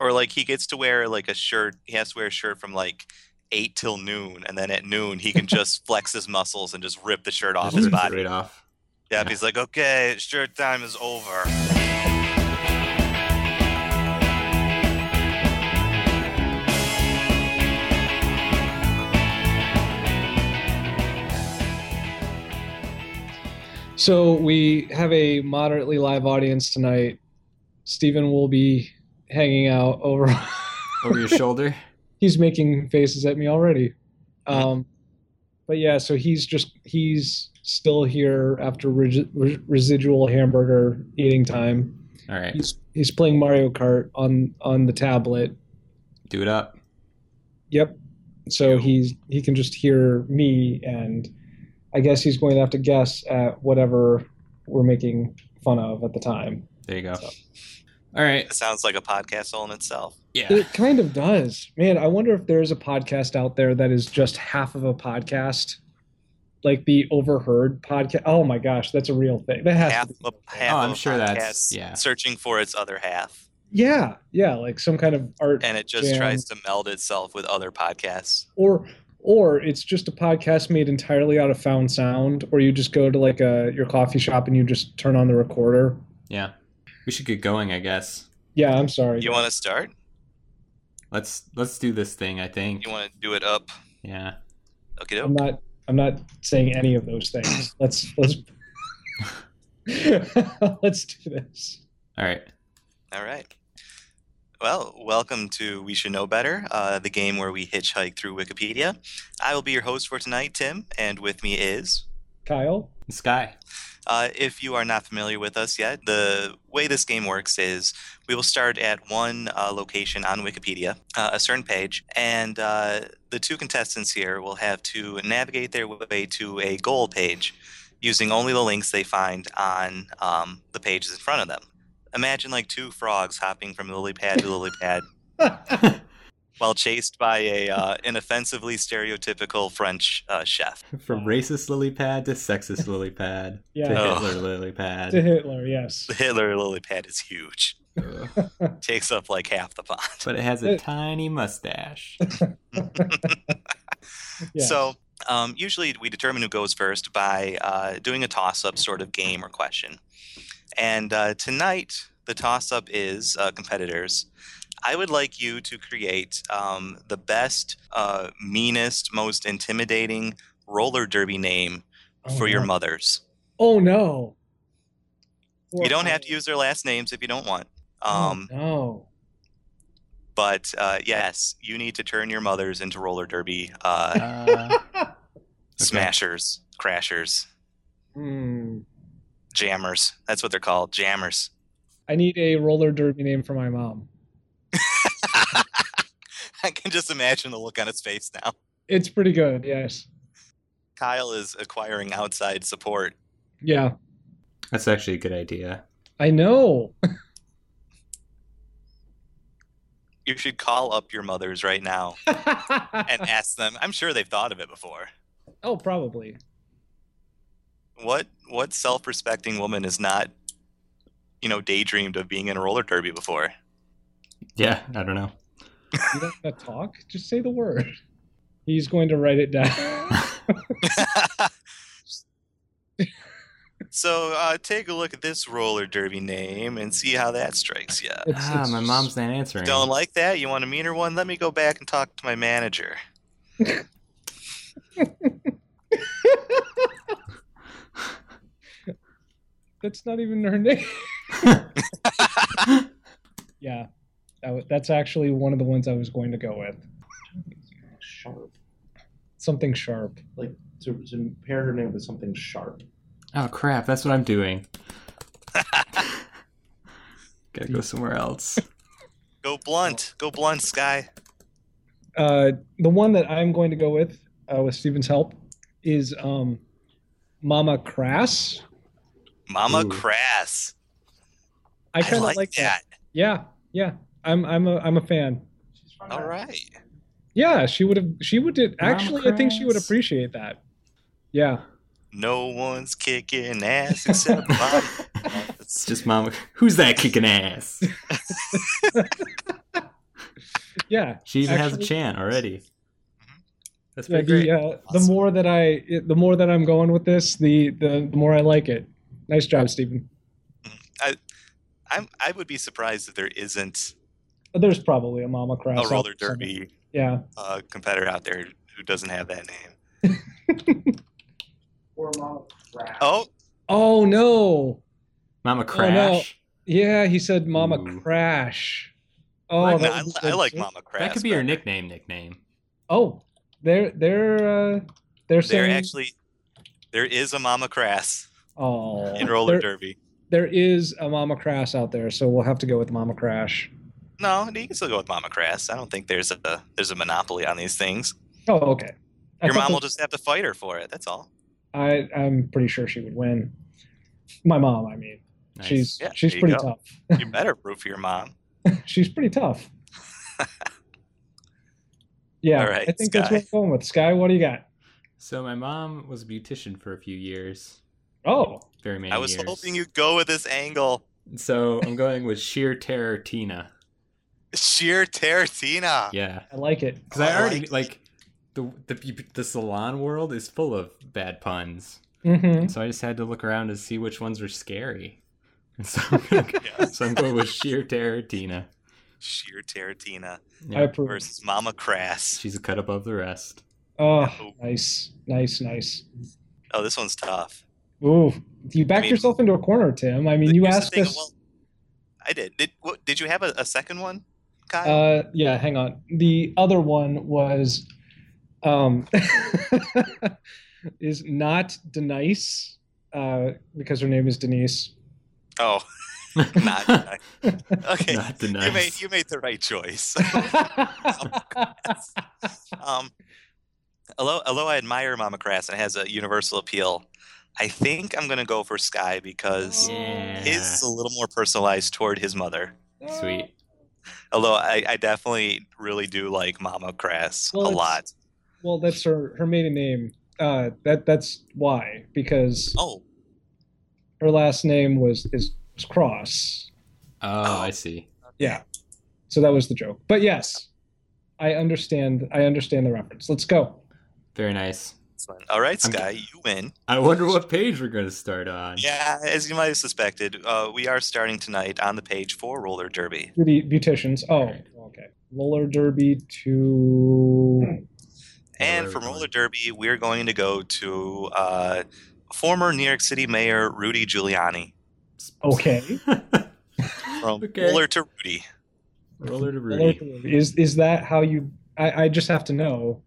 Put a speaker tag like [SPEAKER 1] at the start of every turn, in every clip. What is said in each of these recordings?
[SPEAKER 1] or like he gets to wear like a shirt. He has to wear a shirt from like eight till noon, and then at noon he can just flex his muscles and just rip the shirt off
[SPEAKER 2] Just
[SPEAKER 1] his
[SPEAKER 2] rips it
[SPEAKER 1] body.
[SPEAKER 2] right off.
[SPEAKER 1] Yeah, he's like, okay, shirt time is over.
[SPEAKER 3] So we have a moderately live audience tonight. Stephen will be hanging out over.
[SPEAKER 2] Over your shoulder.
[SPEAKER 3] he's making faces at me already. Um, but yeah, so he's just he's still here after regi- re- residual hamburger eating time.
[SPEAKER 2] All right.
[SPEAKER 3] He's he's playing Mario Kart on on the tablet.
[SPEAKER 2] Do it up.
[SPEAKER 3] Yep. So he's he can just hear me, and I guess he's going to have to guess at whatever we're making fun of at the time.
[SPEAKER 2] There you go. All right.
[SPEAKER 1] It sounds like a podcast all in itself.
[SPEAKER 2] Yeah.
[SPEAKER 3] It kind of does, man. I wonder if there's a podcast out there that is just half of a podcast, like the Overheard podcast. Oh my gosh, that's a real thing. That has
[SPEAKER 1] Half
[SPEAKER 3] to be.
[SPEAKER 1] of, half
[SPEAKER 2] Oh,
[SPEAKER 1] of
[SPEAKER 2] I'm
[SPEAKER 1] a
[SPEAKER 2] sure that's-
[SPEAKER 1] podcast
[SPEAKER 2] yeah.
[SPEAKER 1] searching for its other half,
[SPEAKER 3] Yeah, yeah, like some kind of art,
[SPEAKER 1] and it just
[SPEAKER 3] Jam.
[SPEAKER 1] tries to meld itself with other podcasts.
[SPEAKER 3] or or it's just a podcast made entirely out of found sound, or you just go to like a your coffee shop and you just turn on the recorder.
[SPEAKER 2] Yeah. We should get going, I guess.
[SPEAKER 3] Yeah, I'm sorry.
[SPEAKER 1] You want to start?
[SPEAKER 2] Let's let's do this thing, I think.
[SPEAKER 1] You want to do it up?
[SPEAKER 2] Yeah.
[SPEAKER 1] Okay,
[SPEAKER 3] I'm not. I'm not saying any of those things. Let's let's let's do this.
[SPEAKER 2] All right.
[SPEAKER 1] All right. Well, welcome to We Should Know Better, uh, the game where we hitchhike through Wikipedia. I will be your host for tonight, Tim, and with me is
[SPEAKER 3] Kyle,
[SPEAKER 2] Sky.
[SPEAKER 1] Uh, if you are not familiar with us yet, the way this game works is we will start at one uh, location on Wikipedia, uh, a certain page, and uh, the two contestants here will have to navigate their way to a goal page using only the links they find on um, the pages in front of them. Imagine like two frogs hopping from lily pad to lily pad while chased by a uh, inoffensively stereotypical French uh, chef.
[SPEAKER 2] From racist lily pad to sexist lily pad
[SPEAKER 3] Yeah.
[SPEAKER 2] to
[SPEAKER 1] Oh.
[SPEAKER 2] Hitler lily
[SPEAKER 3] to
[SPEAKER 2] pad.
[SPEAKER 3] Hitler. Yes.
[SPEAKER 1] The Hitler lily pad is huge.
[SPEAKER 2] Ugh.
[SPEAKER 1] Takes up like half the pond.
[SPEAKER 2] but it has a tiny mustache.
[SPEAKER 3] yes.
[SPEAKER 1] So um, usually we determine who goes first by uh, doing a toss-up sort of game or question. And uh, tonight the toss-up is uh, competitors. I would like you to create um, the best, uh, meanest, most intimidating roller derby name
[SPEAKER 3] Oh,
[SPEAKER 1] for your
[SPEAKER 3] no.
[SPEAKER 1] mothers.
[SPEAKER 3] Oh no.
[SPEAKER 1] You don't have to use their last names if you don't want. Um,
[SPEAKER 3] oh, no.
[SPEAKER 1] But uh, yes, you need to turn your mothers into roller derby uh,
[SPEAKER 2] Uh,
[SPEAKER 1] smashers, crashers,
[SPEAKER 3] Hmm.
[SPEAKER 1] jammers. That's what they're called, jammers.
[SPEAKER 3] I need a roller derby name for my mom.
[SPEAKER 1] I can just imagine the look on his face now.
[SPEAKER 3] It's pretty good. Yes.
[SPEAKER 1] Kyle is acquiring outside support.
[SPEAKER 3] Yeah.
[SPEAKER 2] That's actually a good idea.
[SPEAKER 3] I know.
[SPEAKER 1] You should call up your mothers right now and ask them. I'm sure they've thought of it before.
[SPEAKER 3] oh, probably.
[SPEAKER 1] What what self-respecting woman has not, you know, daydreamed of being in a roller derby before?
[SPEAKER 2] Yeah, I don't know.
[SPEAKER 3] You don't want to talk? Just say the word. He's going to write it down.
[SPEAKER 1] so uh, take a look at this roller derby name and see how that strikes you.
[SPEAKER 3] It's-
[SPEAKER 2] ah,
[SPEAKER 3] it's-
[SPEAKER 2] my mom's not answering.
[SPEAKER 1] Don't like that? You want a meaner one? Let me go back and talk to my manager.
[SPEAKER 3] That's not even her name. yeah, that wa- that's actually one of the ones I was going to go with.
[SPEAKER 4] sharp.
[SPEAKER 3] Something sharp.
[SPEAKER 4] Like to, to pair her name with something sharp.
[SPEAKER 2] Oh crap, that's what I'm doing. Gotta go somewhere else.
[SPEAKER 1] Go blunt. Go blunt, Sky.
[SPEAKER 3] Uh, the one that I'm going to go with, uh, with Steven's help, is um, Mama Crass.
[SPEAKER 1] Mama
[SPEAKER 2] Ooh.
[SPEAKER 1] Crass.
[SPEAKER 3] I kind of like, that. Yeah, yeah. I'm I'm a I'm a fan.
[SPEAKER 4] She's from
[SPEAKER 1] All right.
[SPEAKER 3] Yeah, she would have. She would did
[SPEAKER 2] Mama
[SPEAKER 3] actually. I think she would
[SPEAKER 2] Crass.
[SPEAKER 3] appreciate that. Yeah.
[SPEAKER 1] No one's kicking ass except Mama.
[SPEAKER 2] It's just mom. Who's that kicking ass?
[SPEAKER 3] Yeah,
[SPEAKER 2] She even has a
[SPEAKER 3] Actually-
[SPEAKER 2] chan already.
[SPEAKER 1] Mm-hmm.
[SPEAKER 2] That's
[SPEAKER 3] yeah,
[SPEAKER 2] pretty great.
[SPEAKER 3] the, uh, the more that I, it- the more that I'm going with this, the, the the more I like it. Nice job, Stephen.
[SPEAKER 1] I'm, I would be surprised if there isn't
[SPEAKER 3] But There's probably a Mama Cross.
[SPEAKER 1] a
[SPEAKER 3] out
[SPEAKER 1] roller
[SPEAKER 3] there somewhere.
[SPEAKER 1] derby
[SPEAKER 3] Yeah,
[SPEAKER 1] uh, competitor out there who doesn't have that name.
[SPEAKER 4] Or Mama Crash.
[SPEAKER 1] Oh,
[SPEAKER 3] Oh no!
[SPEAKER 2] Mama
[SPEAKER 3] no.
[SPEAKER 2] Crash.
[SPEAKER 3] Yeah, he said Mama
[SPEAKER 2] Ooh.
[SPEAKER 3] Crash. Oh,
[SPEAKER 1] I,
[SPEAKER 3] that
[SPEAKER 1] I,
[SPEAKER 3] was
[SPEAKER 1] I
[SPEAKER 3] good.
[SPEAKER 1] like Mama Crash.
[SPEAKER 2] that could be her
[SPEAKER 1] better.
[SPEAKER 2] nickname. Nickname.
[SPEAKER 3] Oh, they're they're uh, they're
[SPEAKER 1] There
[SPEAKER 3] saying
[SPEAKER 1] actually, there is a Mama Crass
[SPEAKER 3] oh
[SPEAKER 1] in roller
[SPEAKER 3] there,
[SPEAKER 1] derby.
[SPEAKER 3] There is a Mama Crash out there, so we'll have to go with Mama Crash.
[SPEAKER 1] No, you can still go with Mama Crass. I don't think there's a there's a monopoly on these things.
[SPEAKER 3] Oh, okay. I
[SPEAKER 1] Your
[SPEAKER 3] thought
[SPEAKER 1] mom
[SPEAKER 3] that-
[SPEAKER 1] will just have to fight her for it. That's all.
[SPEAKER 3] I I'm pretty sure she would win. My mom, I mean,
[SPEAKER 2] Nice.
[SPEAKER 3] she's
[SPEAKER 1] Yeah,
[SPEAKER 3] she's
[SPEAKER 1] there you
[SPEAKER 3] pretty
[SPEAKER 1] go.
[SPEAKER 3] tough.
[SPEAKER 1] You better root for your mom.
[SPEAKER 3] she's pretty tough. yeah,
[SPEAKER 1] All right,
[SPEAKER 3] I think that's what
[SPEAKER 1] Sky.
[SPEAKER 3] I'm going with. Sky, what do you got?
[SPEAKER 2] So my mom was a beautician for a few years.
[SPEAKER 3] Oh,
[SPEAKER 2] Very many.
[SPEAKER 1] I was
[SPEAKER 2] years.
[SPEAKER 1] hoping you'd go with this angle.
[SPEAKER 2] So I'm going with sheer terror Tina.
[SPEAKER 1] Sheer Teratina.
[SPEAKER 2] Yeah,
[SPEAKER 3] I like it.
[SPEAKER 2] because I
[SPEAKER 1] Uh, I
[SPEAKER 2] already
[SPEAKER 1] like-
[SPEAKER 2] like the, the the salon world is full of bad puns,
[SPEAKER 3] hmm
[SPEAKER 2] and so I just had to look around to see which ones were scary. And so, I'm gonna go-
[SPEAKER 1] Yeah.
[SPEAKER 2] so I'm going with sheer terror Tina.
[SPEAKER 1] Sheer Teratina
[SPEAKER 3] I
[SPEAKER 2] Yeah,
[SPEAKER 3] approve.
[SPEAKER 1] versus Mama Crass.
[SPEAKER 2] she's a cut above the rest.
[SPEAKER 3] Oh, nice, nice, nice.
[SPEAKER 1] Oh, this onene's tough.
[SPEAKER 3] Ooh, you backed
[SPEAKER 1] mean-
[SPEAKER 3] yourself into a corner, Tim. I mean, you
[SPEAKER 1] Here's the
[SPEAKER 3] asked
[SPEAKER 1] thing,
[SPEAKER 3] us.
[SPEAKER 1] well, I did. Did what, did you have a, a second one, Kyle?
[SPEAKER 3] Uh, yeah, hang on. The other one was, um, is not Denise, uh, because her name is Denise.
[SPEAKER 1] oh, not nice. okay.
[SPEAKER 2] Not the
[SPEAKER 1] You made
[SPEAKER 2] nice.
[SPEAKER 1] you made the right choice. Oh
[SPEAKER 3] yeah,
[SPEAKER 1] um, although although I admire Mama Crass and it has a universal appeal, I think I'm gonna go for Sky because
[SPEAKER 2] Yeah.
[SPEAKER 1] his is a little more personalized toward his mother.
[SPEAKER 2] Sweet.
[SPEAKER 1] Although I, I definitely really do like Mama Crass
[SPEAKER 3] Well,
[SPEAKER 1] a
[SPEAKER 3] it's-
[SPEAKER 1] lot.
[SPEAKER 3] Well, that's her her maiden name. Uh, that that's why because
[SPEAKER 1] Oh,
[SPEAKER 3] her last name was is, was Cross.
[SPEAKER 2] Oh, I see.
[SPEAKER 3] Yeah, so that was the joke. But yes, I understand. I understand the reference. Let's go.
[SPEAKER 2] Very nice.
[SPEAKER 1] excellent. All right,
[SPEAKER 2] I'm-
[SPEAKER 1] Sky, you win.
[SPEAKER 2] I wonder what page we're going to start on.
[SPEAKER 1] Yeah, as you might have suspected, uh, we are starting tonight on the page for roller derby.
[SPEAKER 3] Beauty beauticians. Oh,
[SPEAKER 2] Right.
[SPEAKER 3] okay. Roller derby to
[SPEAKER 1] And
[SPEAKER 2] Roller
[SPEAKER 1] from roller
[SPEAKER 2] derby.
[SPEAKER 1] derby, we're going to go to uh, former New York City Mayor Rudy Giuliani.
[SPEAKER 3] okay.
[SPEAKER 1] From
[SPEAKER 2] Okay.
[SPEAKER 1] roller to Rudy.
[SPEAKER 2] Roller to Rudy.
[SPEAKER 3] Roller derby. Is is that how you? I, I just have to know.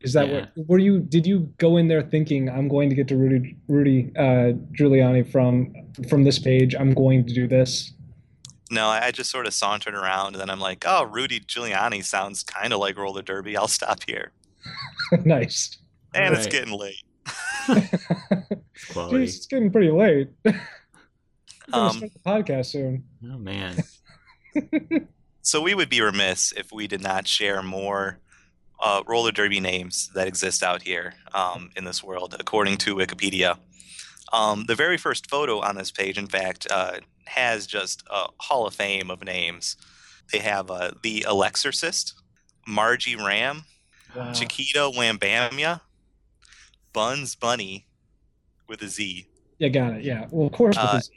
[SPEAKER 3] Is that
[SPEAKER 2] Yeah.
[SPEAKER 3] what? Were you? Did you go in there thinking I'm going to get to Rudy Rudy uh, Giuliani from from this page? I'm going to do this.
[SPEAKER 1] No, I I just sort of sauntered around, and then I'm like, oh, Rudy Giuliani sounds kind of like roller derby. I'll stop here.
[SPEAKER 3] nice.
[SPEAKER 1] And it's
[SPEAKER 2] Right.
[SPEAKER 1] getting late.
[SPEAKER 2] It's
[SPEAKER 3] Jeez,
[SPEAKER 2] quality.
[SPEAKER 3] it's getting pretty late. We're gonna
[SPEAKER 1] Um,
[SPEAKER 3] start the podcast soon.
[SPEAKER 2] Oh man.
[SPEAKER 1] So we would be remiss if we did not share more uh, roller derby names that exist out here um, in this world, according to Wikipedia. Um, the very first photo on this page, in fact, uh, has just a hall of fame of names. They have uh, the Alexorcist, Margie Ram,
[SPEAKER 3] Wow.
[SPEAKER 1] Chiquita Wambamia, Buns Bunny with a Z,
[SPEAKER 3] Yeah, got it. Yeah. Well, of course.
[SPEAKER 1] Uh,
[SPEAKER 3] because-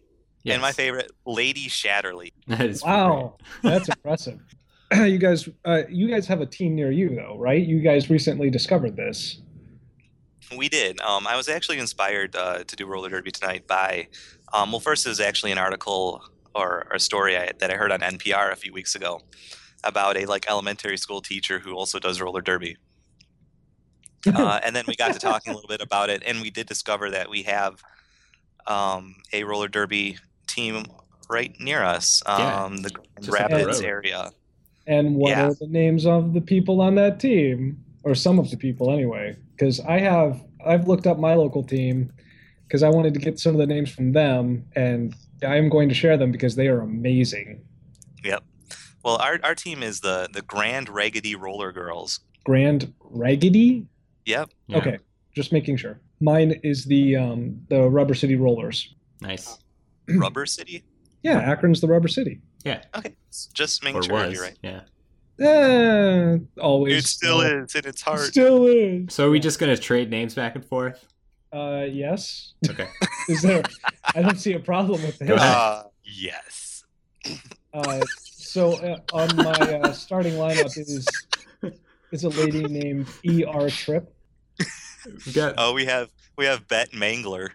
[SPEAKER 2] Yes.
[SPEAKER 1] and my favorite, Lady Shatterly.
[SPEAKER 2] That is pretty
[SPEAKER 3] wow, that's impressive. you guys, uh, you guys have a team near you though, right? You guys recently discovered this.
[SPEAKER 1] We did. Um, I was actually inspired uh, to do roller derby tonight by, um, well, first it was actually an article or, or a story I, that I heard on NPR a few weeks ago about a like elementary school teacher who also does roller derby.
[SPEAKER 2] Oh.
[SPEAKER 1] Uh, and then we got to talking a little bit about it, and we did discover that we have um, a roller derby team right near us, um,
[SPEAKER 2] Yeah,
[SPEAKER 1] the Grand
[SPEAKER 2] just up the
[SPEAKER 1] Rapids
[SPEAKER 2] road.
[SPEAKER 1] area.
[SPEAKER 3] and what
[SPEAKER 1] yeah.
[SPEAKER 3] are the names of the people on that team, or some of the people anyway? Because I have, I've looked up my local team because I wanted to get some of the names from them, and I am going to share them because they are amazing.
[SPEAKER 1] Well, our, our team is the the Grand Raggedy Roller Girls.
[SPEAKER 3] Grand Raggedy.
[SPEAKER 1] Yep.
[SPEAKER 2] Yeah.
[SPEAKER 3] Okay, just making sure. Mine is the um, the Rubber City Rollers.
[SPEAKER 2] Nice.
[SPEAKER 1] Rubber City.
[SPEAKER 3] Yeah, Akron's the Rubber City.
[SPEAKER 2] Yeah.
[SPEAKER 1] Okay, just making
[SPEAKER 2] Or
[SPEAKER 1] sure
[SPEAKER 2] was.
[SPEAKER 1] you're right.
[SPEAKER 2] Yeah.
[SPEAKER 3] Eh, always.
[SPEAKER 1] It still is in its heart.
[SPEAKER 3] Still is.
[SPEAKER 2] So are we just gonna trade names back and forth?
[SPEAKER 3] Uh, yes.
[SPEAKER 2] Okay.
[SPEAKER 3] Is there? I don't see a problem with
[SPEAKER 2] Go
[SPEAKER 3] that.
[SPEAKER 2] ahead.
[SPEAKER 1] uh, yes.
[SPEAKER 3] Uh, so uh, on my uh, starting lineup is is a lady named E R Trip.
[SPEAKER 2] We got
[SPEAKER 1] Oh, we have we have Bet Mangler.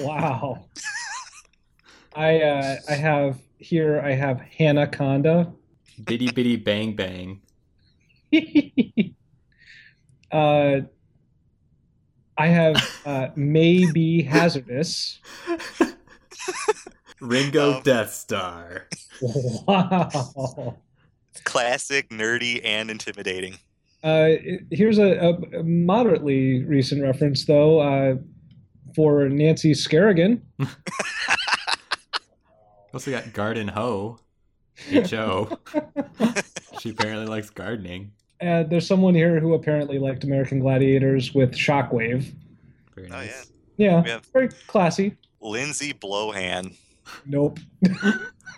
[SPEAKER 3] Wow. I uh, I have here. I have Hannah Conda.
[SPEAKER 1] Oh.
[SPEAKER 2] bitty bitty bang bang.
[SPEAKER 3] uh, I have uh, maybe hazardous.
[SPEAKER 2] Ringo
[SPEAKER 1] Um,
[SPEAKER 2] Death Star.
[SPEAKER 3] Wow.
[SPEAKER 1] Classic, nerdy, and intimidating.
[SPEAKER 3] Uh, it- here's a, a- a moderately recent reference, though, uh, for Nancy Skerrigan.
[SPEAKER 2] Also got Garden Ho. H O. she apparently likes gardening.
[SPEAKER 3] Uh, there's someone here who apparently liked American Gladiators with Shockwave.
[SPEAKER 2] Very
[SPEAKER 1] Oh,
[SPEAKER 2] nice.
[SPEAKER 1] yeah.
[SPEAKER 3] Yeah,
[SPEAKER 1] We have-
[SPEAKER 3] very classy.
[SPEAKER 1] Lindsay Blowhan.
[SPEAKER 3] Nope.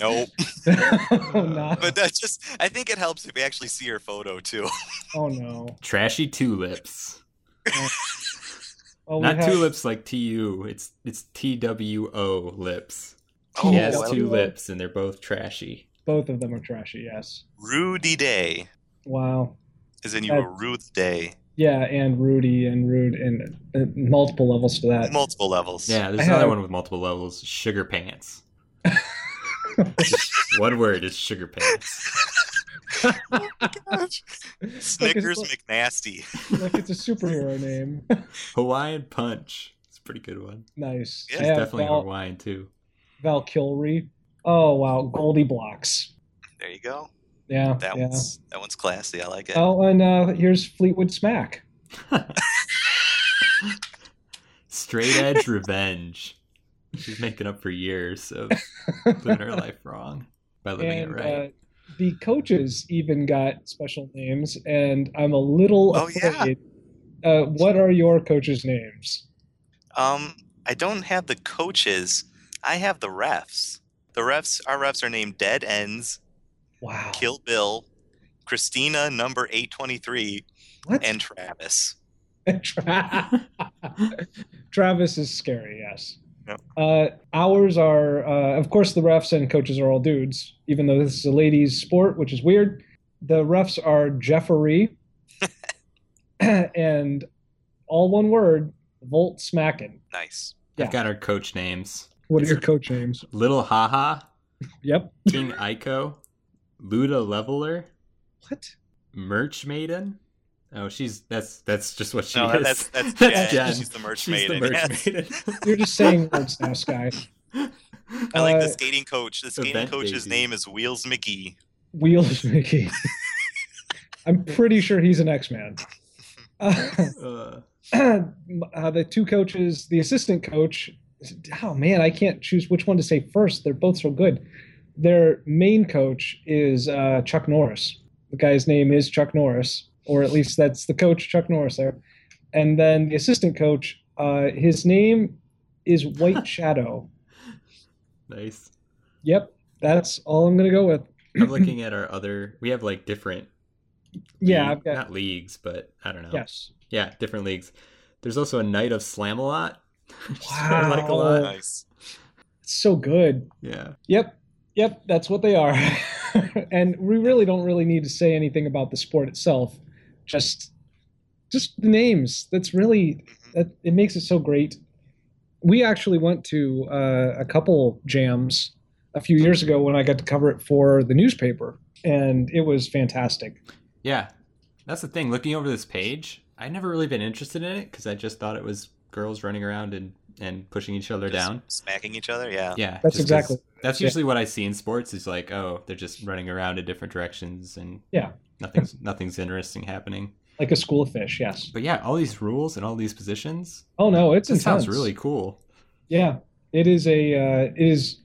[SPEAKER 1] Nope.
[SPEAKER 3] oh, not.
[SPEAKER 1] But that's just, I think it helps if we actually see her photo too.
[SPEAKER 3] Oh, no.
[SPEAKER 2] Trashy tulips.
[SPEAKER 3] Well, we
[SPEAKER 2] Not
[SPEAKER 3] have-
[SPEAKER 2] tulips like T U. It's it's T W O lips.
[SPEAKER 1] Oh,
[SPEAKER 2] He has
[SPEAKER 1] well,
[SPEAKER 2] two
[SPEAKER 3] T-W-O.
[SPEAKER 2] lips and they're both trashy.
[SPEAKER 3] Both of them are trashy, yes.
[SPEAKER 1] Rudy Day.
[SPEAKER 3] Wow.
[SPEAKER 1] As in you
[SPEAKER 3] Uh,
[SPEAKER 1] were Ruth Day.
[SPEAKER 3] Yeah, and Rudy and Rude and uh, multiple levels to that.
[SPEAKER 1] Multiple levels.
[SPEAKER 2] Yeah,
[SPEAKER 3] I
[SPEAKER 2] there's another
[SPEAKER 3] have-
[SPEAKER 2] one with multiple levels. Sugar pants. Just one word is sugar pants.
[SPEAKER 1] Snickers
[SPEAKER 3] Look,
[SPEAKER 1] McNasty.
[SPEAKER 3] it's, look, it's a superhero name.
[SPEAKER 2] Hawaiian punch. It's a pretty good one.
[SPEAKER 3] nice.
[SPEAKER 1] Yeah,
[SPEAKER 2] She's
[SPEAKER 3] I have
[SPEAKER 2] definitely
[SPEAKER 3] Val,
[SPEAKER 2] Hawaiian too.
[SPEAKER 3] Val Kilry. Oh wow, Goldie Blocks.
[SPEAKER 1] There you go.
[SPEAKER 3] Yeah,
[SPEAKER 1] That
[SPEAKER 3] yeah.
[SPEAKER 1] one's that one's classy. I like it.
[SPEAKER 3] Oh, and uh, here's Fleetwood Smack.
[SPEAKER 2] Straight edge revenge. She's making up for years of living her life wrong by living
[SPEAKER 3] and
[SPEAKER 2] it right.
[SPEAKER 3] uh, the coaches even got special names, and I'm a little
[SPEAKER 1] Oh, yeah.
[SPEAKER 3] afraid. Uh, what are your coaches' names?
[SPEAKER 1] Um, I don't have the coaches. I have the refs. The refs, our refs are named Dead Ends,
[SPEAKER 3] Wow.
[SPEAKER 1] Kill Bill, Christina, number 823,
[SPEAKER 3] What?
[SPEAKER 1] and Travis.
[SPEAKER 3] Tra- Travis is scary, yes.
[SPEAKER 1] Yeah.
[SPEAKER 3] Uh, ours are, uh, of course, the refs and coaches are all dudes, even though this is a ladies' sport, which is weird. The refs are Jeffery and all one word, Volt Smackin.
[SPEAKER 1] Nice.
[SPEAKER 3] yeah.
[SPEAKER 2] I've got our coach names.
[SPEAKER 3] What are your coach names?
[SPEAKER 2] Little Haha,
[SPEAKER 3] Yep.
[SPEAKER 2] King Ico, Luda Leveler,
[SPEAKER 3] What?
[SPEAKER 2] Merch Maiden. Oh, she's that's that's just what she
[SPEAKER 1] No,
[SPEAKER 2] is.
[SPEAKER 1] that's that's, Jen.
[SPEAKER 2] That's Jen.
[SPEAKER 1] She's the merch
[SPEAKER 2] She's
[SPEAKER 1] maiden.
[SPEAKER 2] the merch
[SPEAKER 1] yes.
[SPEAKER 2] maiden.
[SPEAKER 3] You're just saying words now, Sky.
[SPEAKER 1] I like
[SPEAKER 3] Uh,
[SPEAKER 1] the skating coach. The skating
[SPEAKER 2] event
[SPEAKER 1] coach's
[SPEAKER 2] baby.
[SPEAKER 1] name is Wheels McGee.
[SPEAKER 3] Wheels Mickey. I'm pretty sure he's an X-Man. Uh,
[SPEAKER 2] Uh,
[SPEAKER 3] uh, the two coaches, the assistant coach. Oh man, I can't choose which one to say first. They're both so good. Their main coach is uh, Chuck Norris. The guy's name is Chuck Norris, or at least that's the coach, Chuck Norris there. And then the assistant coach, uh, his name is White Shadow.
[SPEAKER 2] nice.
[SPEAKER 3] Yep, that's all I'm gonna go with.
[SPEAKER 2] I'm looking at our other. We have like different.
[SPEAKER 3] Yeah,
[SPEAKER 2] league-
[SPEAKER 3] I've got
[SPEAKER 2] not leagues, but I don't know.
[SPEAKER 3] yes.
[SPEAKER 2] Yeah, different leagues. There's also a Knight of Slamalot. which I
[SPEAKER 3] Wow.
[SPEAKER 2] like a lot.
[SPEAKER 1] Nice.
[SPEAKER 3] It's so good.
[SPEAKER 2] Yeah.
[SPEAKER 3] Yep, yep, that's what they are. and we really don't really need to say anything about the sport itself. Just just the names. That's really that it makes it so great. We actually went to uh, a couple jams a few years ago when I got to cover it for the newspaper, and it was fantastic.
[SPEAKER 2] Yeah. That's the thing. Looking over this page, I've never really been interested in it because I just thought it was girls running around and, and pushing each other
[SPEAKER 1] Just
[SPEAKER 2] down.
[SPEAKER 1] Smacking each other. Yeah.
[SPEAKER 2] Yeah.
[SPEAKER 3] That's
[SPEAKER 2] just 'cause
[SPEAKER 3] exactly-
[SPEAKER 2] That's
[SPEAKER 3] yeah.
[SPEAKER 2] usually what I see in sports is like, oh, they're just running around in different directions and
[SPEAKER 3] Yeah.
[SPEAKER 2] Nothing's nothing's interesting happening.
[SPEAKER 3] Like a school of fish, yes.
[SPEAKER 2] But yeah, all these rules and all these positions.
[SPEAKER 3] Oh no, it's
[SPEAKER 2] It
[SPEAKER 3] intense.
[SPEAKER 2] sounds really cool.
[SPEAKER 3] Yeah, it is a uh, it is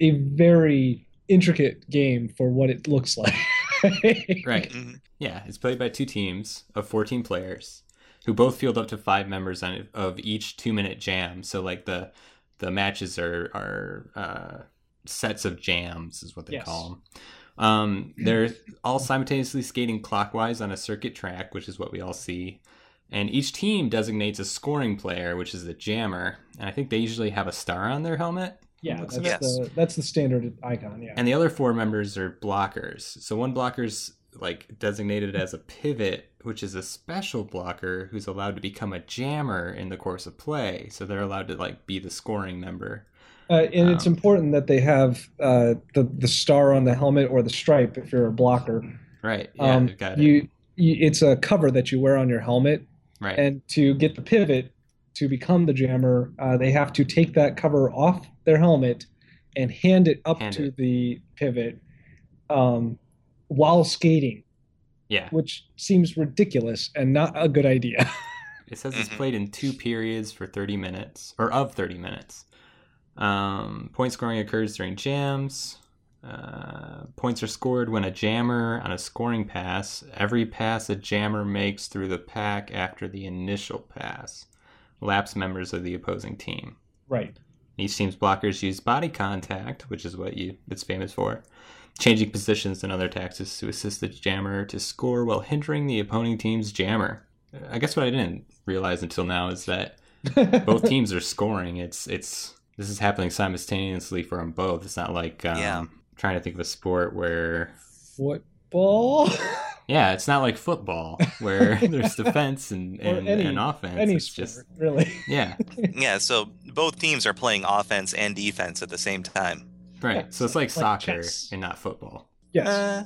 [SPEAKER 3] a very intricate game for what it looks like.
[SPEAKER 2] Right.
[SPEAKER 1] Mhm.
[SPEAKER 2] Yeah, it's played by two teams of 14 players who both field up to five members on, of each two minute jam. So, like, the the matches are, are uh, sets of jams, is what they
[SPEAKER 3] Yes.
[SPEAKER 2] call them. Um, they're all simultaneously skating clockwise on a circuit track, which is what we all see. And each team designates a scoring player, which is the jammer. And I think they usually have a star on their helmet.
[SPEAKER 3] Yeah,
[SPEAKER 2] Looks
[SPEAKER 3] that's
[SPEAKER 1] like-
[SPEAKER 3] the that's the standard icon. Yeah,
[SPEAKER 2] And the other four members are blockers. So one blocker's like designated as a pivot, which is a special blocker who's allowed to become a jammer in the course of play. So they're allowed to like be the scoring member.
[SPEAKER 3] uh, and it's
[SPEAKER 2] um,
[SPEAKER 3] important that they have uh, the the star on the helmet or the stripe if you're a blocker.
[SPEAKER 2] Right. Yeah,
[SPEAKER 3] um,
[SPEAKER 2] they've got it.
[SPEAKER 3] you, you it's a cover that you wear on your helmet
[SPEAKER 2] Right.
[SPEAKER 3] and to get the pivot to become the jammer, uh, they have to take that cover off their helmet and hand it up
[SPEAKER 2] Hand
[SPEAKER 3] to
[SPEAKER 2] it.
[SPEAKER 3] the pivot um, while skating,
[SPEAKER 2] yeah.
[SPEAKER 3] which seems ridiculous and not a good idea.
[SPEAKER 2] It says it's
[SPEAKER 1] Mhm.
[SPEAKER 2] played in two periods for 30 minutes, or of 30 minutes. Um, point scoring occurs during jams. Uh, points are scored when a jammer on a scoring pass. Every pass a jammer makes through the pack after the initial pass laps members of the opposing team.
[SPEAKER 3] right.
[SPEAKER 2] Each team's blockers use body contact, which is what you it's famous for, changing positions and other tactics to assist the jammer to score while hindering the opposing team's jammer. I guess what I didn't realize until now is that both teams are scoring. It's it's this is happening simultaneously for them both. It's not like um,
[SPEAKER 1] Yeah.
[SPEAKER 2] trying to think of a sport where
[SPEAKER 3] Football.
[SPEAKER 2] yeah, it's not like football where there's defense and
[SPEAKER 3] Or
[SPEAKER 2] and,
[SPEAKER 3] any-
[SPEAKER 2] and offense.
[SPEAKER 3] Any
[SPEAKER 2] it's
[SPEAKER 3] sport,
[SPEAKER 2] just
[SPEAKER 3] really.
[SPEAKER 2] yeah.
[SPEAKER 1] Yeah, so both teams are playing offense and defense at the same time.
[SPEAKER 2] Right. So it's like,
[SPEAKER 3] Like
[SPEAKER 2] soccer
[SPEAKER 3] chess.
[SPEAKER 2] and not football.
[SPEAKER 3] Yes.
[SPEAKER 1] Uh,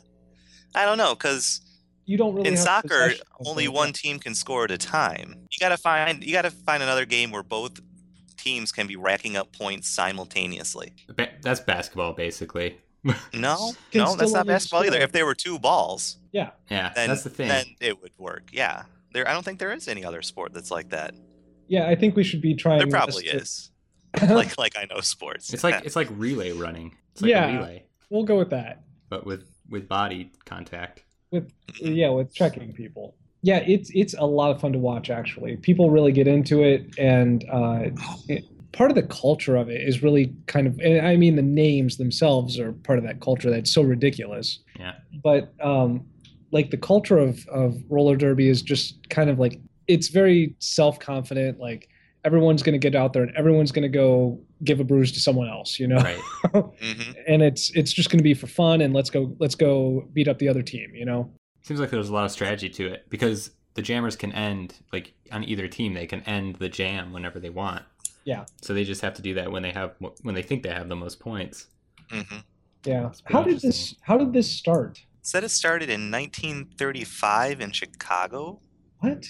[SPEAKER 1] I don't know, because
[SPEAKER 3] you don't really.
[SPEAKER 1] in
[SPEAKER 3] have
[SPEAKER 1] soccer,
[SPEAKER 3] possession of
[SPEAKER 1] only
[SPEAKER 3] the-
[SPEAKER 1] one team can score at a time. You gotta find you gotta find another game where both teams can be racking up points simultaneously.
[SPEAKER 2] Ba- that's basketball basically.
[SPEAKER 1] No,
[SPEAKER 3] Can
[SPEAKER 1] no, that's
[SPEAKER 3] still
[SPEAKER 1] not
[SPEAKER 3] only
[SPEAKER 1] basketball either.
[SPEAKER 3] score.
[SPEAKER 1] If there were two balls,
[SPEAKER 2] Yeah,
[SPEAKER 1] then
[SPEAKER 2] that's the thing.
[SPEAKER 1] then it would work. Yeah, there. I don't think there is any other sport that's like that.
[SPEAKER 3] Yeah, I think we should be trying.
[SPEAKER 1] There probably
[SPEAKER 3] to-
[SPEAKER 1] is. like like I know sports.
[SPEAKER 2] it's like it's like relay running. It's like
[SPEAKER 3] Yeah.
[SPEAKER 2] a relay,
[SPEAKER 3] we'll go with that.
[SPEAKER 2] but with with body contact.
[SPEAKER 3] yeah with checking people yeah it's it's a lot of fun to watch actually people really get into it and uh, it- part of the culture of it is really kind of and i mean the names themselves are part of that culture that's so ridiculous
[SPEAKER 2] Yeah.
[SPEAKER 3] but um like the culture of of roller derby is just kind of like it's very self-confident like everyone's going to get out there and everyone's going to go give a bruise to someone else you know
[SPEAKER 2] Right.
[SPEAKER 1] hmm
[SPEAKER 3] and it's it's just going to be for fun and let's go let's go beat up the other team you know
[SPEAKER 2] Seems like there's a lot of strategy to it because the jammers can end like on either team. They can end the jam whenever they want.
[SPEAKER 3] Yeah.
[SPEAKER 2] So they just have to do that when they have mo- when they think they have the most points.
[SPEAKER 1] hmm
[SPEAKER 3] Yeah.
[SPEAKER 2] It's pretty
[SPEAKER 3] How did this
[SPEAKER 2] interesting.
[SPEAKER 3] how did this start?
[SPEAKER 1] Said it started in 1935 in Chicago.
[SPEAKER 3] What?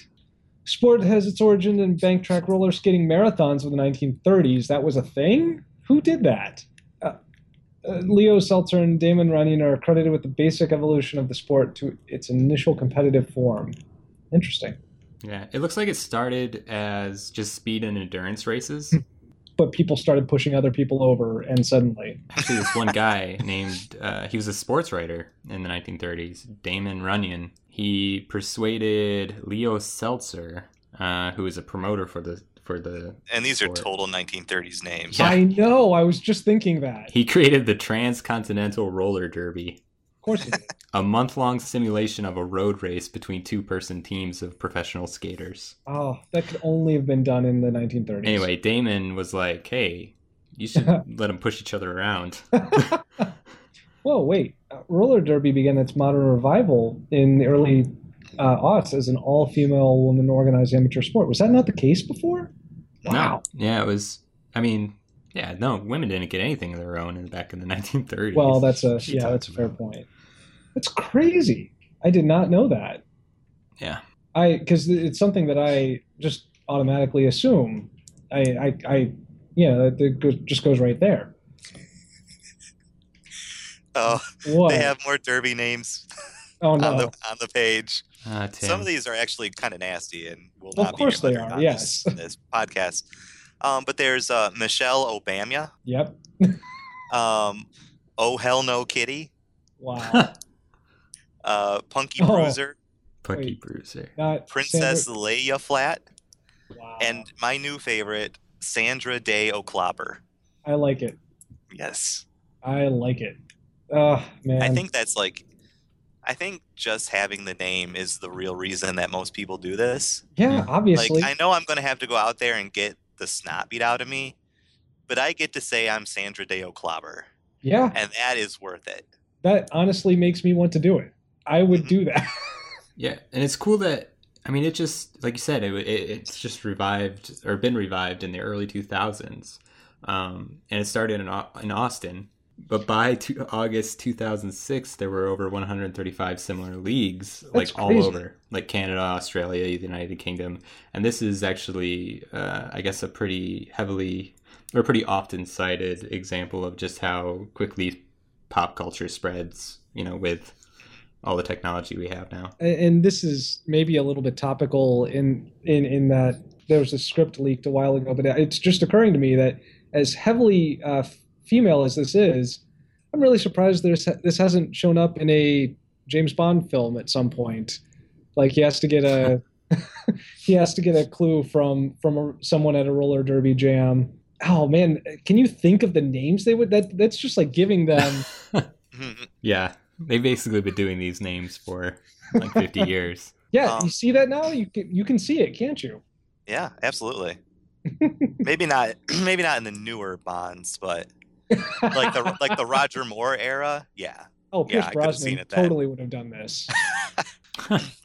[SPEAKER 3] Sport has its origin in bank track roller skating marathons of the 1930s. That was a thing? Who did that? Uh, uh, Leo Seltzer and Damon Runyon are credited with the basic evolution of the sport to its initial competitive form. Interesting.
[SPEAKER 2] Yeah. It looks like it started as just speed and endurance races.
[SPEAKER 3] But people started pushing other people over, and suddenly.
[SPEAKER 2] Actually, this one guy named, uh, he was a sports writer in the 1930s, Damon Runyon. He persuaded Leo Seltzer, uh, who was a promoter for the, for the,
[SPEAKER 1] And these are
[SPEAKER 2] Sport.
[SPEAKER 1] total 1930s names.
[SPEAKER 2] Yeah.
[SPEAKER 3] I know, I was just thinking that.
[SPEAKER 2] he created the Transcontinental Roller Derby,
[SPEAKER 3] Of course it did.
[SPEAKER 2] a month long simulation of a road race between two person teams of professional skaters.
[SPEAKER 3] Oh, that could only have been done in the 1930s.
[SPEAKER 2] Anyway, Damon was like, hey, you should let them push each other around.
[SPEAKER 3] Whoa, wait. Uh, roller derby began its modern revival in the early uh, aughts as an all female woman organized amateur sport. Was that not the case before? Wow.
[SPEAKER 2] No. Yeah, it was. I mean, yeah, no, women didn't get anything of their own in, back in the 1930s.
[SPEAKER 3] Well, that's a
[SPEAKER 2] She
[SPEAKER 3] yeah,
[SPEAKER 2] talked
[SPEAKER 3] that's a fair
[SPEAKER 2] about-
[SPEAKER 3] point. That's crazy. I did not know that.
[SPEAKER 2] Yeah.
[SPEAKER 3] I because it's something that I just automatically assume. I I, I yeah, that, that goes, just goes right there.
[SPEAKER 1] Oh,
[SPEAKER 3] What?
[SPEAKER 1] they have more derby names
[SPEAKER 3] oh no.
[SPEAKER 1] on the on the page.
[SPEAKER 2] Ah,
[SPEAKER 1] Some
[SPEAKER 2] Tim.
[SPEAKER 1] of these are actually kind of nasty and will
[SPEAKER 3] Of
[SPEAKER 1] not
[SPEAKER 3] course
[SPEAKER 1] be
[SPEAKER 3] they
[SPEAKER 1] remembered
[SPEAKER 3] are,
[SPEAKER 1] on
[SPEAKER 3] yes.
[SPEAKER 1] this, this podcast. Um, but there's uh, Michelle Obama.
[SPEAKER 3] Yep.
[SPEAKER 1] Um, oh hell no, kitty.
[SPEAKER 3] Wow.
[SPEAKER 1] Uh, Punky
[SPEAKER 3] Oh.
[SPEAKER 1] Bruiser,
[SPEAKER 2] Punky
[SPEAKER 3] Wait.
[SPEAKER 2] Bruiser.
[SPEAKER 3] Not
[SPEAKER 1] Princess
[SPEAKER 3] Sandra- Oh.
[SPEAKER 1] Leia Flat,
[SPEAKER 3] Wow.
[SPEAKER 1] and my new favorite, Sandra Day O'Clopper.
[SPEAKER 3] I like it.
[SPEAKER 1] Yes.
[SPEAKER 3] I like it. Ah, man.
[SPEAKER 1] I think that's like, I think just having the name is the real reason that most people do this.
[SPEAKER 3] yeah,
[SPEAKER 2] Yeah.
[SPEAKER 3] obviously.
[SPEAKER 1] Like, I know I'm going to have to go out there and get the snot beat out of me, but I get to say I'm Sandra Deo Clobber,
[SPEAKER 3] yeah,
[SPEAKER 1] and that is worth it.
[SPEAKER 3] that honestly makes me want to do it. I would
[SPEAKER 1] Mm-hmm.
[SPEAKER 3] do that.
[SPEAKER 2] Yeah, and it's cool that I mean it just like you said it, it it's just revived or been revived in the early 2000s. Um, and it started in Au- in Austin, but by two, August 2006 there were over 135 similar leagues
[SPEAKER 3] That's
[SPEAKER 2] like all
[SPEAKER 3] crazy.
[SPEAKER 2] over, like Canada, Australia, the United Kingdom. And this is actually uh, I guess a pretty heavily or pretty often cited example of just how quickly pop culture spreads, you know, with all the technology we have now.
[SPEAKER 3] and this is maybe a little bit topical in in in that there was a script leaked a while ago, but it's just occurring to me that as heavily uh, female as this is, I'm really surprised there's this hasn't shown up in a James Bond film at some point. Like he has to get a he has to get a clue from from a, someone at a roller derby jam. Oh man, can you think of the names they would? That that's just like giving them.
[SPEAKER 1] Mm-hmm.
[SPEAKER 2] Yeah, they've basically been doing these names for like 50 years.
[SPEAKER 3] Yeah,
[SPEAKER 1] Um,
[SPEAKER 3] you see that now. You can you can see it, can't you?
[SPEAKER 1] yeah, absolutely. maybe not, maybe not in the newer Bonds, but like the like the Roger Moore era. Yeah.
[SPEAKER 3] Oh,
[SPEAKER 1] Yeah,
[SPEAKER 3] Pierce
[SPEAKER 1] I could've seen
[SPEAKER 3] Brosnan
[SPEAKER 1] it then.
[SPEAKER 3] totally would have done this.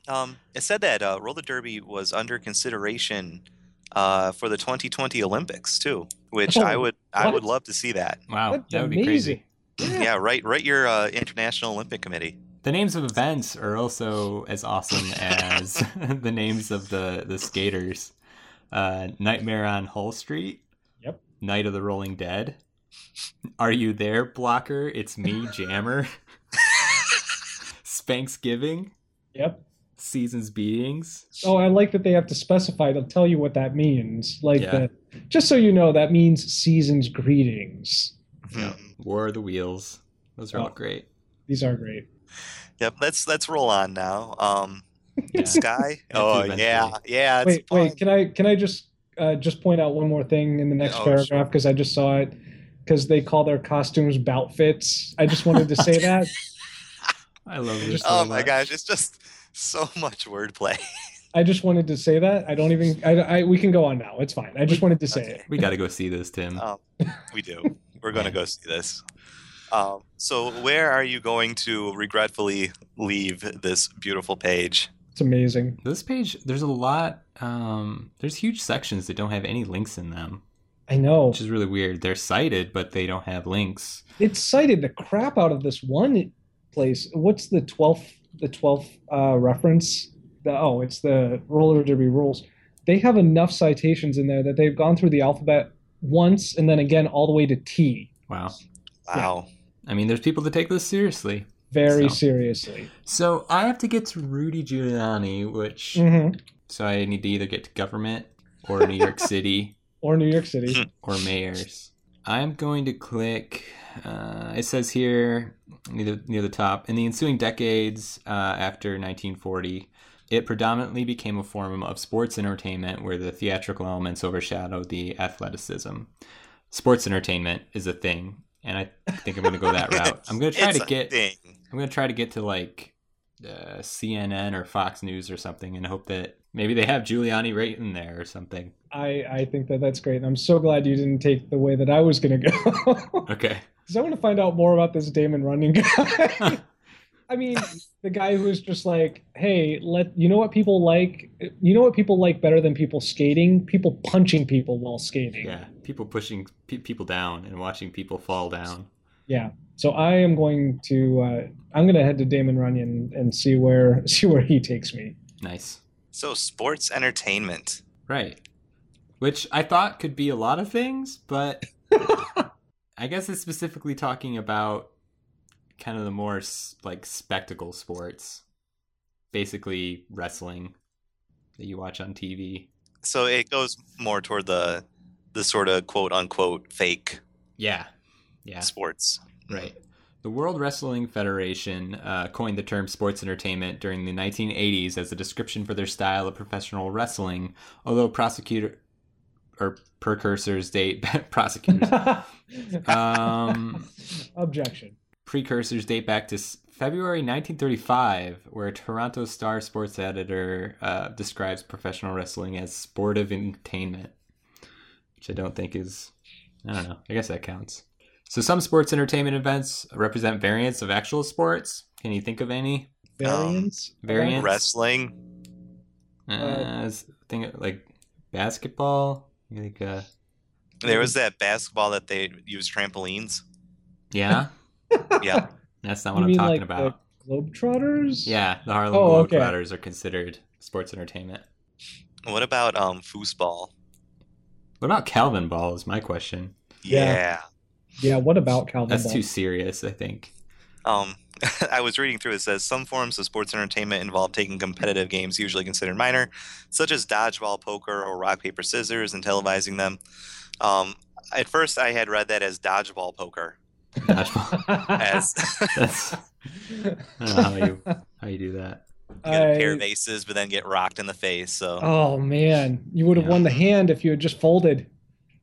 [SPEAKER 1] Um, it said that uh, roller derby was under consideration uh, for the 2020 Olympics too, which I
[SPEAKER 3] Oh,
[SPEAKER 1] would I
[SPEAKER 3] what?
[SPEAKER 1] would love to see that.
[SPEAKER 2] Wow,
[SPEAKER 3] That's
[SPEAKER 2] that would be
[SPEAKER 3] amazing.
[SPEAKER 2] crazy.
[SPEAKER 1] Yeah, right. Right, your uh, international Olympic committee.
[SPEAKER 2] The names of events are also as awesome as the names of the the skaters. Uh, Nightmare on Hull Street.
[SPEAKER 3] Yep.
[SPEAKER 2] Night of the Rolling Dead. Are you there, Blocker? It's me, Jammer. Spanksgiving.
[SPEAKER 3] Yep.
[SPEAKER 2] Seasons beatings.
[SPEAKER 3] Oh, I like that they have to specify. They'll tell you what that means. Like
[SPEAKER 2] Yeah.
[SPEAKER 3] that. Just so you know, that means season's greetings.
[SPEAKER 2] Yeah.
[SPEAKER 1] Mm-hmm.
[SPEAKER 2] War of the Wheels. Those are all
[SPEAKER 3] Oh.
[SPEAKER 2] great.
[SPEAKER 3] These are great.
[SPEAKER 1] Yep. Let's let's roll on now. Um,
[SPEAKER 2] Yeah.
[SPEAKER 1] Sky. oh
[SPEAKER 2] eventually.
[SPEAKER 1] yeah, yeah. It's
[SPEAKER 3] wait,
[SPEAKER 1] fun.
[SPEAKER 3] wait. Can I can I just uh, just point out one more thing in the next
[SPEAKER 1] Oh, sure.
[SPEAKER 3] paragraph because I just saw it because they call their costumes boutfits. I just wanted to say that.
[SPEAKER 2] I love this.
[SPEAKER 3] Just-
[SPEAKER 1] Oh
[SPEAKER 2] so
[SPEAKER 1] my
[SPEAKER 2] much.
[SPEAKER 1] gosh, it's just so much wordplay.
[SPEAKER 3] I just wanted to say that. I don't even. I, I we can go on now. It's fine. I just wanted to say it.
[SPEAKER 1] Okay.
[SPEAKER 2] We got to go see this, Tim.
[SPEAKER 1] Um, we do. We're going to go see this. Um, so, where are you going to regretfully leave this beautiful page?
[SPEAKER 3] It's amazing.
[SPEAKER 2] this page, there's a lot. Um, there's huge sections that don't have any links in them,
[SPEAKER 3] I know.
[SPEAKER 2] which is really weird. They're cited, but they don't have links.
[SPEAKER 3] it cited the crap out of this one place. What's the twelfth? The twelfth uh, reference? The, oh, it's the roller derby rules. They have enough citations in there that they've gone through the alphabet once and then again all the way to T.
[SPEAKER 2] Wow.
[SPEAKER 1] Wow.
[SPEAKER 2] I mean, there's people that take this seriously.
[SPEAKER 3] Very
[SPEAKER 2] So.
[SPEAKER 3] seriously.
[SPEAKER 2] So I have to get to Rudy Giuliani, which
[SPEAKER 3] hmm
[SPEAKER 2] so I need to either get to government or New York City
[SPEAKER 3] Or New York City.
[SPEAKER 2] or mayors. I'm going to click. Uh, it says here near the, near the top in the ensuing decades uh, after 1940, it predominantly became a form of sports entertainment where the theatrical elements overshadowed the athleticism. Sports entertainment is a thing, and I think I'm going to go that route. I'm going to try
[SPEAKER 1] It's
[SPEAKER 2] to
[SPEAKER 1] a
[SPEAKER 2] get.
[SPEAKER 1] thing.
[SPEAKER 2] I'm going to try to get to like uh, CNN or Fox News or something, and hope that maybe they have Giuliani right in there or something.
[SPEAKER 3] I, I think that that's great. And I'm so glad you didn't take the way that I was going to go.
[SPEAKER 2] Okay.
[SPEAKER 3] Because I want to find out more about this Damon Runyon guy. I mean, the guy who's just like, hey, let you know what people like. You know what people like better than people skating? People punching people while skating.
[SPEAKER 2] Yeah, people pushing pe- people down and watching people fall down.
[SPEAKER 3] Yeah. So I am going to uh, I'm going to head to Damon Runyon and see where see where he takes me.
[SPEAKER 2] Nice.
[SPEAKER 1] So, sports entertainment.
[SPEAKER 2] Right. Which I thought could be a lot of things, but I guess it's specifically talking about kind of the more s- like spectacle sports, basically wrestling that you watch on TV.
[SPEAKER 1] So, it goes more toward the the sort of quote unquote fake
[SPEAKER 2] Yeah. Yeah.
[SPEAKER 1] sports.
[SPEAKER 2] Right. The World Wrestling Federation uh, coined the term sports entertainment during the 1980s as a description for their style of professional wrestling, although prosecutor or precursors date prosecutors. um,
[SPEAKER 3] Objection.
[SPEAKER 2] precursors date back to s- February 1935, where a Toronto Star sports editor uh, describes professional wrestling as sportive entertainment, which I don't think is, I don't know, I guess that counts. So some sports entertainment events represent variants of actual sports. Can you think of any?
[SPEAKER 3] Variants.
[SPEAKER 2] Variants?
[SPEAKER 1] Wrestling.
[SPEAKER 2] Uh, thing like basketball, like uh,
[SPEAKER 1] There was that basketball that they used trampolines.
[SPEAKER 2] yeah,
[SPEAKER 1] Yeah.
[SPEAKER 2] that's
[SPEAKER 3] You
[SPEAKER 2] not what I'm
[SPEAKER 3] mean,
[SPEAKER 2] talking
[SPEAKER 3] like,
[SPEAKER 2] about.
[SPEAKER 3] the Globetrotters.
[SPEAKER 2] Yeah, the Harlem
[SPEAKER 3] Oh, okay.
[SPEAKER 2] Globetrotters are considered sports entertainment.
[SPEAKER 1] What about um foosball?
[SPEAKER 2] What about Calvin Ball? Is my question.
[SPEAKER 3] Yeah.
[SPEAKER 1] Yeah.
[SPEAKER 3] Yeah. What about Calvin?
[SPEAKER 2] That's
[SPEAKER 3] Ball?
[SPEAKER 2] too serious, I think.
[SPEAKER 1] Um, I was reading through. It says some forms of sports entertainment involve taking competitive games usually considered minor, such as dodgeball, poker, or rock paper scissors, and televising them. Um, at first, I had read that as dodgeball poker.
[SPEAKER 2] Dodgeball.
[SPEAKER 1] As you
[SPEAKER 2] That's, I don't know how you how you do that.
[SPEAKER 1] get a pair
[SPEAKER 3] I-
[SPEAKER 1] of aces, but then get rocked in the face. So,
[SPEAKER 3] Oh man, you would have
[SPEAKER 2] Yeah.
[SPEAKER 3] won the hand if you had just folded.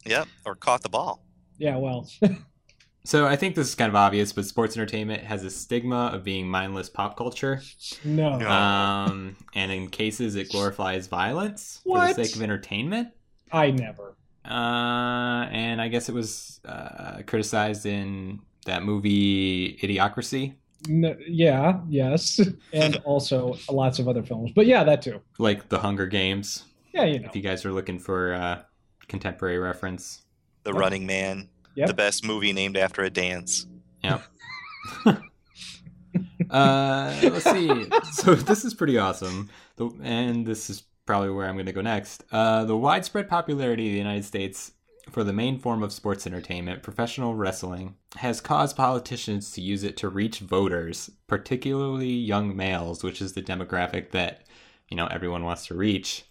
[SPEAKER 1] yep, or caught the ball.
[SPEAKER 3] Yeah, well,
[SPEAKER 2] So I think this is kind of obvious, but sports entertainment has a stigma of being mindless pop culture.
[SPEAKER 3] no.
[SPEAKER 1] Yeah.
[SPEAKER 2] Um, and in cases, it glorifies violence
[SPEAKER 3] What?
[SPEAKER 2] for the sake of entertainment.
[SPEAKER 3] I never.
[SPEAKER 2] Uh, and I guess it was uh, criticized in that movie Idiocracy.
[SPEAKER 3] No, yeah, yes, and also lots of other films. But yeah, that too.
[SPEAKER 2] like the Hunger Games.
[SPEAKER 3] Yeah, you know.
[SPEAKER 2] If you guys are looking for uh, contemporary reference,
[SPEAKER 1] The
[SPEAKER 3] Yep.
[SPEAKER 1] Running Man,
[SPEAKER 3] Yep.
[SPEAKER 1] the best movie named after a dance.
[SPEAKER 2] uh, let's see. so this is pretty awesome, the, and this is probably where I'm going to go next. Uh, the widespread popularity of the United States for the main form of sports entertainment, professional wrestling, has caused politicians to use it to reach voters, particularly young males, which is the demographic that you know everyone wants to reach.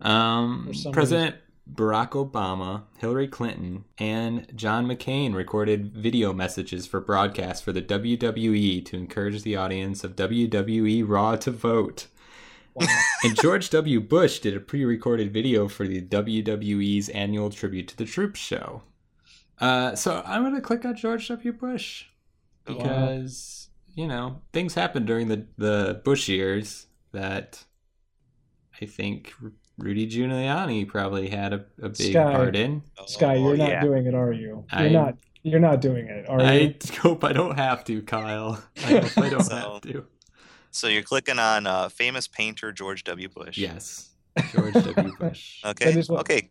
[SPEAKER 2] Um,
[SPEAKER 3] For some
[SPEAKER 2] President Barack Obama, Hillary Clinton, and John McCain recorded video messages for broadcast for the WWE to encourage the audience of WWE Raw to vote.
[SPEAKER 3] Wow.
[SPEAKER 2] And George W. Bush did a pre recorded video for the WWE's annual Tribute to the Troops show. Uh, so I'm going to click on George W. Bush
[SPEAKER 1] Oh, Wow.
[SPEAKER 2] because, you know, things happened during the, the Bush years that I think Ru- Rudy Giuliani probably had a, a big
[SPEAKER 3] Sky.
[SPEAKER 2] part in.
[SPEAKER 3] Sky,
[SPEAKER 1] Oh,
[SPEAKER 3] you're not
[SPEAKER 1] yeah.
[SPEAKER 3] doing it, are you? You're
[SPEAKER 2] I-
[SPEAKER 3] not. You're not doing it, are you?
[SPEAKER 2] I hope I don't have to, Kyle. I hope I don't
[SPEAKER 1] So-
[SPEAKER 2] have to.
[SPEAKER 1] So you're clicking on uh, famous painter George W. Bush.
[SPEAKER 2] Yes. George W. Bush.
[SPEAKER 1] Okay.
[SPEAKER 3] That is what-
[SPEAKER 1] okay.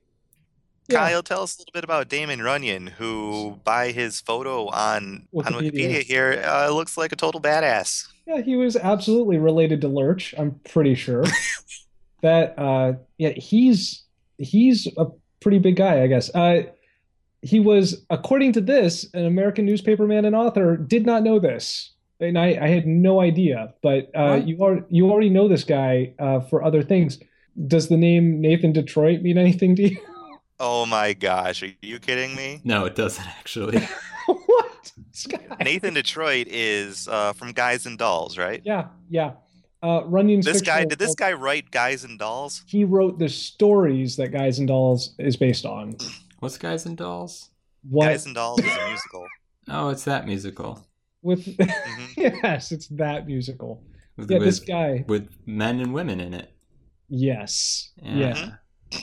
[SPEAKER 3] Yeah.
[SPEAKER 1] Kyle, tell us a little bit about Damon Runyon, who, by his photo on on
[SPEAKER 3] Wikipedia.
[SPEAKER 1] Wikipedia here, uh, looks like a total badass.
[SPEAKER 3] Yeah, he was absolutely related to Lurch. I'm pretty sure. that uh, yeah, he's he's a pretty big guy, I guess. Uh, he was, according to this, an American newspaperman and author. Did not know this, and I, I had no idea. But uh,
[SPEAKER 2] What?
[SPEAKER 3] you are you already know this guy uh, for other things. Does the name Nathan Detroit mean anything to you?
[SPEAKER 1] Oh my gosh, are you kidding me?
[SPEAKER 2] No, it doesn't actually.
[SPEAKER 3] what? Sky.
[SPEAKER 1] Nathan Detroit is uh, from Guys and Dolls, right?
[SPEAKER 3] Yeah, yeah. Uh, Runyon's
[SPEAKER 1] This guy
[SPEAKER 3] fictional-
[SPEAKER 1] did this guy write Guys and Dolls?
[SPEAKER 3] He wrote the stories that Guys and Dolls is based on.
[SPEAKER 2] What's Guys and Dolls?
[SPEAKER 3] What
[SPEAKER 1] Guys and Dolls is a musical.
[SPEAKER 2] Oh, it's that musical
[SPEAKER 3] with?
[SPEAKER 1] Mhm.
[SPEAKER 3] yes, it's that musical.
[SPEAKER 2] with
[SPEAKER 3] Yeah, this
[SPEAKER 2] with,
[SPEAKER 3] guy.
[SPEAKER 2] with men and women in it.
[SPEAKER 3] Yes,
[SPEAKER 2] Yeah.
[SPEAKER 3] yeah.
[SPEAKER 1] Hmm, Very good.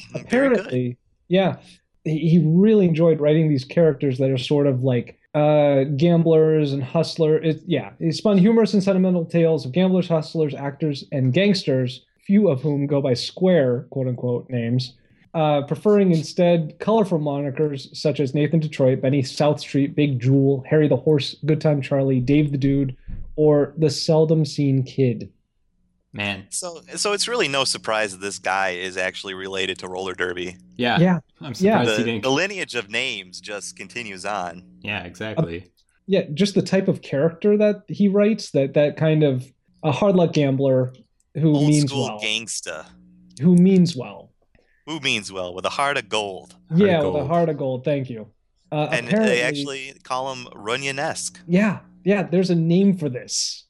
[SPEAKER 3] apparently yeah he, he really enjoyed writing these characters that are sort of like uh gamblers and hustler it, yeah he spun humorous and sentimental tales of gamblers hustlers actors and gangsters few of whom go by square quote unquote names uh, preferring instead colorful monikers such as Nathan Detroit, Benny South Street, Big Jewel, Harry the Horse, Good Time Charlie, Dave the Dude, or the seldom seen kid.
[SPEAKER 2] Man.
[SPEAKER 1] So, so it's really no surprise that this guy is actually related to roller derby.
[SPEAKER 2] Yeah.
[SPEAKER 3] yeah,
[SPEAKER 2] I'm surprised he
[SPEAKER 1] The,
[SPEAKER 2] didn't.
[SPEAKER 1] the lineage of names just continues on.
[SPEAKER 2] Yeah, exactly.
[SPEAKER 3] yeah, just the type of character that he writes that that kind of a hard luck gambler who
[SPEAKER 1] Old
[SPEAKER 3] means
[SPEAKER 1] school
[SPEAKER 3] well,
[SPEAKER 1] gangsta
[SPEAKER 3] who means well.
[SPEAKER 1] who means well with a heart of gold.
[SPEAKER 2] Heart of
[SPEAKER 3] yeah, with a
[SPEAKER 2] gold.
[SPEAKER 3] heart of gold. Thank you. Uh,
[SPEAKER 1] and
[SPEAKER 3] apparently,
[SPEAKER 1] they actually call him Runyonesque.
[SPEAKER 3] yeah, yeah. There's a name for this,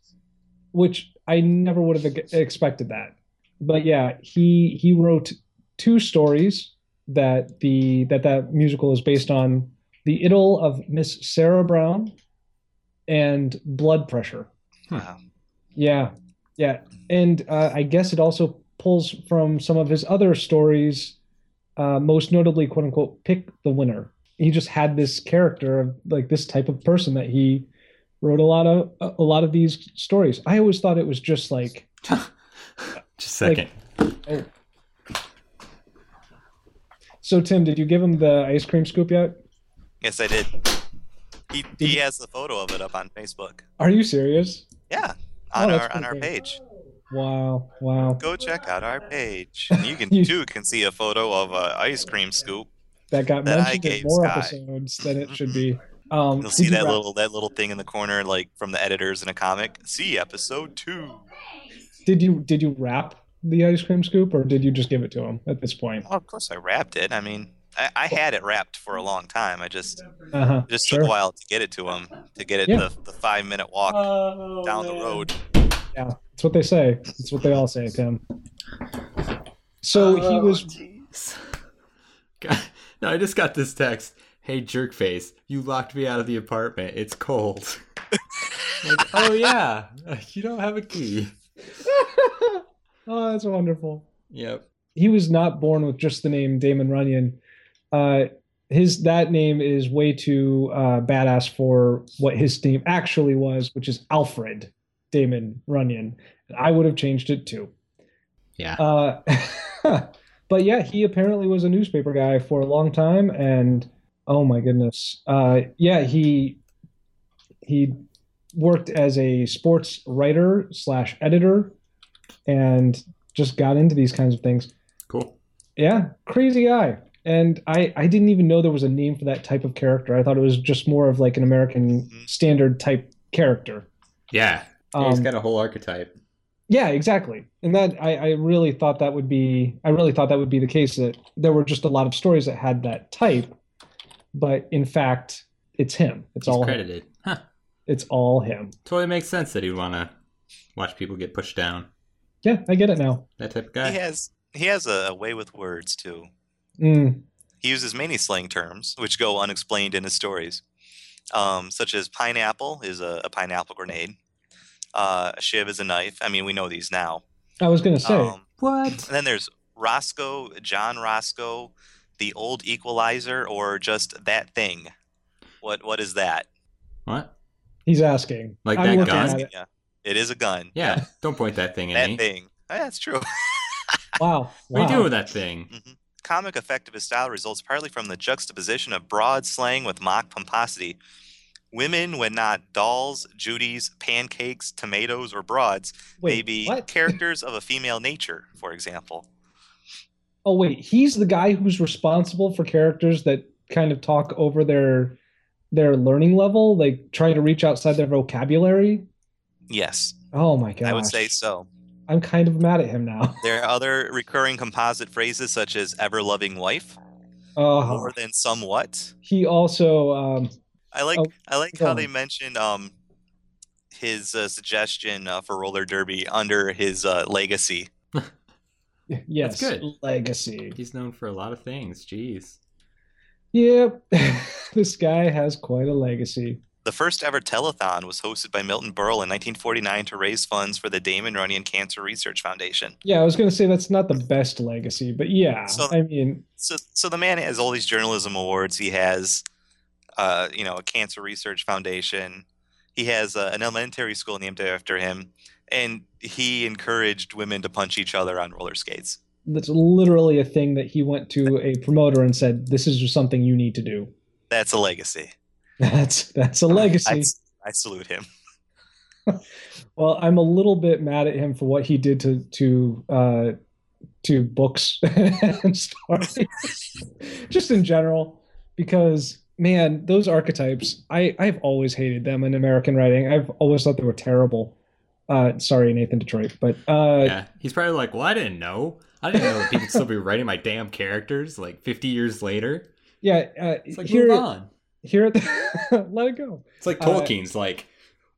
[SPEAKER 3] which I never would have ex- expected that. But yeah, he he wrote two stories that the that that musical is based on: the Idyll of Miss Sarah Brown and blood pressure.
[SPEAKER 1] Wow.
[SPEAKER 3] Yeah, yeah, and uh, I guess it also pulls from some of his other stories, uh, most notably, quote unquote, pick the winner. He just had this character of like this type of person that he wrote a lot of a lot of these stories. I always thought it was just like
[SPEAKER 2] Just a second.
[SPEAKER 3] so. Tim, did you give him the ice cream scoop yet?
[SPEAKER 1] Yes, I did. He, he has the photo of it up on Facebook.
[SPEAKER 3] Are you serious?
[SPEAKER 1] Yeah,
[SPEAKER 3] Oh,
[SPEAKER 1] on
[SPEAKER 3] that's
[SPEAKER 1] our on our
[SPEAKER 3] pretty good.
[SPEAKER 1] page.
[SPEAKER 3] Wow, wow,
[SPEAKER 1] Go check out our page. And you can
[SPEAKER 3] You-
[SPEAKER 1] too can see a photo of a ice cream scoop.
[SPEAKER 3] that got
[SPEAKER 1] That I
[SPEAKER 3] mentioned in
[SPEAKER 1] gave
[SPEAKER 3] more
[SPEAKER 1] Sky.
[SPEAKER 3] episodes than it should be. Um,
[SPEAKER 1] You'll see
[SPEAKER 3] did you
[SPEAKER 1] that
[SPEAKER 3] wrap-
[SPEAKER 1] little that little thing in the corner, like from the editors in a comic. See episode two.
[SPEAKER 3] Did you did you wrap the ice cream scoop, or did you just give it to him at this point?
[SPEAKER 1] Oh, of course, I wrapped it. I mean, I, I had it wrapped for a long time. I just
[SPEAKER 3] Uh huh.
[SPEAKER 1] just
[SPEAKER 3] sure.
[SPEAKER 1] took a while to get it to him to get it
[SPEAKER 3] Yeah. Oh,
[SPEAKER 1] the, the five minute walk down the road.
[SPEAKER 3] Yeah, that's what they say. That's what they all say, Tim. So he was.
[SPEAKER 2] God. No, I just got this text. Hey, jerkface, you locked me out of the apartment. It's cold. like, oh yeah, you don't have a key.
[SPEAKER 3] oh, that's wonderful.
[SPEAKER 2] Yep.
[SPEAKER 3] He was not born with just the name Damon Runyon. Uh, his that name is way too uh, badass for what his name actually was, which is Alfred Damon Runyon. And I would have changed it too.
[SPEAKER 2] Yeah.
[SPEAKER 3] Uh, but yeah, he apparently was a newspaper guy for a long time, and oh my goodness, uh, yeah, he he worked as a sports writer slash editor, and just got into these kinds of things.
[SPEAKER 2] Cool.
[SPEAKER 3] Yeah, crazy guy. And I, I didn't even know there was a name for that type of character. I thought it was just more of like an American
[SPEAKER 2] Mm-hmm.
[SPEAKER 1] Mhm.
[SPEAKER 3] standard type character.
[SPEAKER 2] Yeah.
[SPEAKER 3] Um,
[SPEAKER 2] he's got a whole archetype.
[SPEAKER 3] yeah, exactly. And that I, I really thought that would be I really thought that would be the case that there were just a lot of stories that had that type, but in fact, it's him. It's
[SPEAKER 2] He's
[SPEAKER 3] all him.
[SPEAKER 2] credited. Huh.
[SPEAKER 3] It's all him.
[SPEAKER 2] Totally makes sense that he'd want to watch people get pushed down.
[SPEAKER 3] Yeah, I get it now.
[SPEAKER 2] That type of guy.
[SPEAKER 1] He has he has a, a way with words too.
[SPEAKER 3] Mm,
[SPEAKER 1] He uses many slang terms which go unexplained in his stories, um, such as pineapple is a, a pineapple grenade. Uh, a shiv is a knife. I mean, we know these now.
[SPEAKER 3] I was gonna say.
[SPEAKER 1] Um,
[SPEAKER 2] What?
[SPEAKER 1] And then there's Roscoe, John Roscoe, the old equalizer, or just that thing. What what is that?
[SPEAKER 2] What?
[SPEAKER 3] he's asking.
[SPEAKER 2] Like
[SPEAKER 3] I'm
[SPEAKER 2] that
[SPEAKER 3] looking
[SPEAKER 2] gun?
[SPEAKER 3] at it.
[SPEAKER 1] Yeah. It is a gun.
[SPEAKER 2] Yeah. Don't point that thing at
[SPEAKER 1] That
[SPEAKER 2] me.
[SPEAKER 1] thing. Ah, That's true.
[SPEAKER 3] Wow.
[SPEAKER 2] What are you
[SPEAKER 3] wow.
[SPEAKER 2] doing with that thing?
[SPEAKER 1] Mhm. Comic effect of his style results partly from the juxtaposition of broad slang with mock pomposity. Women, when not dolls, Judies, pancakes, tomatoes, or broads,
[SPEAKER 3] Wait,
[SPEAKER 1] may be
[SPEAKER 3] what?
[SPEAKER 1] characters of a female nature, for example.
[SPEAKER 3] Oh wait, he's the guy who's responsible for characters that kind of talk over their their learning level, like try to reach outside their vocabulary.
[SPEAKER 1] Yes,
[SPEAKER 3] Oh my gosh.
[SPEAKER 1] I would say so.
[SPEAKER 3] I'm kind of mad at him now.
[SPEAKER 1] There are other recurring composite phrases such as ever loving wife,
[SPEAKER 3] Oh,
[SPEAKER 1] more than somewhat.
[SPEAKER 3] he also um,
[SPEAKER 1] I like
[SPEAKER 3] Oh,
[SPEAKER 1] I like
[SPEAKER 3] go
[SPEAKER 1] how
[SPEAKER 3] on.
[SPEAKER 1] they mentioned um his uh, suggestion uh, for roller derby under his uh, legacy.
[SPEAKER 3] yes,
[SPEAKER 2] good.
[SPEAKER 3] legacy.
[SPEAKER 2] He's known for a lot of things. Jeez.
[SPEAKER 3] Yep, this guy has quite a legacy.
[SPEAKER 1] The first ever telethon was hosted by Milton Berle in 1949 to raise funds for the Damon Runyon Cancer Research Foundation.
[SPEAKER 3] Yeah, I was gonna say that's not the best legacy, but yeah,
[SPEAKER 1] So-
[SPEAKER 3] I mean,
[SPEAKER 1] So, so the man has all these journalism awards. He has, uh, you know, a cancer research foundation. He has uh, an elementary school named after him, and he encouraged women to punch each other on roller skates.
[SPEAKER 3] that's literally a thing that he went to a promoter and said, "This is something you need to do."
[SPEAKER 1] That's a legacy.
[SPEAKER 3] That's that's a legacy.
[SPEAKER 1] I, I salute him.
[SPEAKER 3] Well, I'm a little bit mad at him for what he did to to uh, to books and stories, just in general. Because man, those archetypes, I I've always hated them in American writing. I've always thought they were terrible. Uh, sorry, Nathan Detroit, but uh,
[SPEAKER 2] Yeah. He's probably like, well, I didn't know. I didn't know that people still be writing my damn characters like 50 years later.
[SPEAKER 3] yeah, uh,
[SPEAKER 2] It's like,
[SPEAKER 3] here
[SPEAKER 2] move on.
[SPEAKER 3] here at the, let it go.
[SPEAKER 2] It's like
[SPEAKER 3] uh,
[SPEAKER 2] Tolkien's like,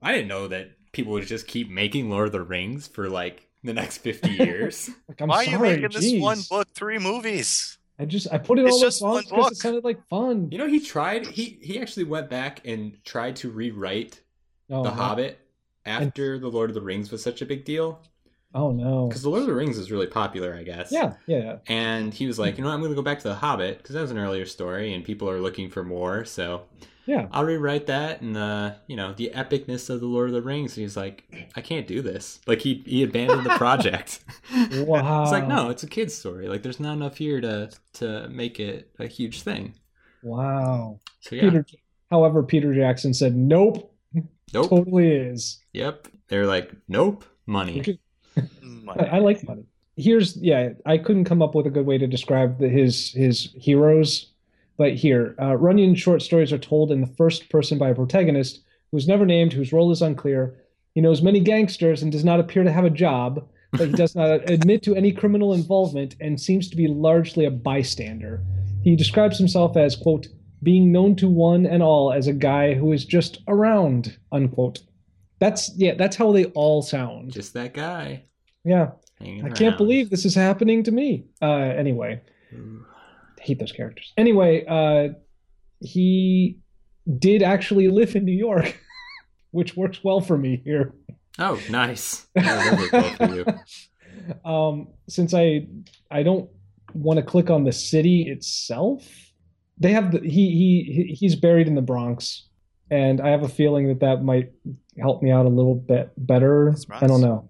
[SPEAKER 2] I didn't know that people would just keep making Lord of the Rings for like the next 50 years.
[SPEAKER 3] Like, I'm
[SPEAKER 1] Why
[SPEAKER 3] sorry,
[SPEAKER 1] are you making this one
[SPEAKER 3] jeez.
[SPEAKER 1] book three movies?
[SPEAKER 3] I just I put it
[SPEAKER 1] It's
[SPEAKER 3] all
[SPEAKER 1] just
[SPEAKER 3] up once
[SPEAKER 1] one
[SPEAKER 3] because
[SPEAKER 1] book.
[SPEAKER 3] it sounded like fun.
[SPEAKER 2] you know, he tried, he, he actually went back and tried to rewrite
[SPEAKER 3] Oh,
[SPEAKER 2] The
[SPEAKER 3] no.
[SPEAKER 2] Hobbit after The Lord of the Rings was such a big deal
[SPEAKER 3] Oh no.
[SPEAKER 2] because The Lord of the Rings is really popular, I guess.
[SPEAKER 3] Yeah, yeah, yeah.
[SPEAKER 2] And he was like, you know what, I'm going to go back to The Hobbit because that was an earlier story and people are looking for more. So
[SPEAKER 3] Yeah.
[SPEAKER 2] I'll rewrite that and the, you know, the epicness of The Lord of the Rings. And he's like, I can't do this. Like he, he abandoned the project. it's
[SPEAKER 3] Wow.
[SPEAKER 2] like, no, it's a kid's story. Like there's not enough here to, to make it a huge thing.
[SPEAKER 3] Wow.
[SPEAKER 2] So yeah.
[SPEAKER 3] Peter. However, Peter Jackson said, "Nope,
[SPEAKER 2] nope.
[SPEAKER 3] totally is."
[SPEAKER 2] Yep. They're like, nope, money.
[SPEAKER 3] Okay. I,
[SPEAKER 1] Money.
[SPEAKER 3] I like money. Here's yeah, I couldn't come up with a good way to describe the, his his heroes, but here, uh, Runyon short stories are told in the first person by a protagonist who's never named, whose role is unclear. He knows many gangsters and does not appear to have a job, but he does not admit to any criminal involvement and seems to be largely a bystander. He describes himself as quote being known to one and all as a guy who is just around unquote. That's yeah, that's how they all sound.
[SPEAKER 2] Just that guy.
[SPEAKER 3] Yeah.
[SPEAKER 2] Hanging
[SPEAKER 3] I can't
[SPEAKER 2] around.
[SPEAKER 3] believe this is happening to me. Uh, anyway,
[SPEAKER 2] Ooh.
[SPEAKER 3] I hate those characters. Anyway, uh, he did actually live in New York, which works well for me here.
[SPEAKER 2] Oh, nice. I remember both of you.
[SPEAKER 3] Um, since I I don't want to click on the city itself, they have the he he he- he's buried in the Bronx, and I have a feeling that that might help me out a little bit better.
[SPEAKER 1] That's Bronx.
[SPEAKER 3] I don't know.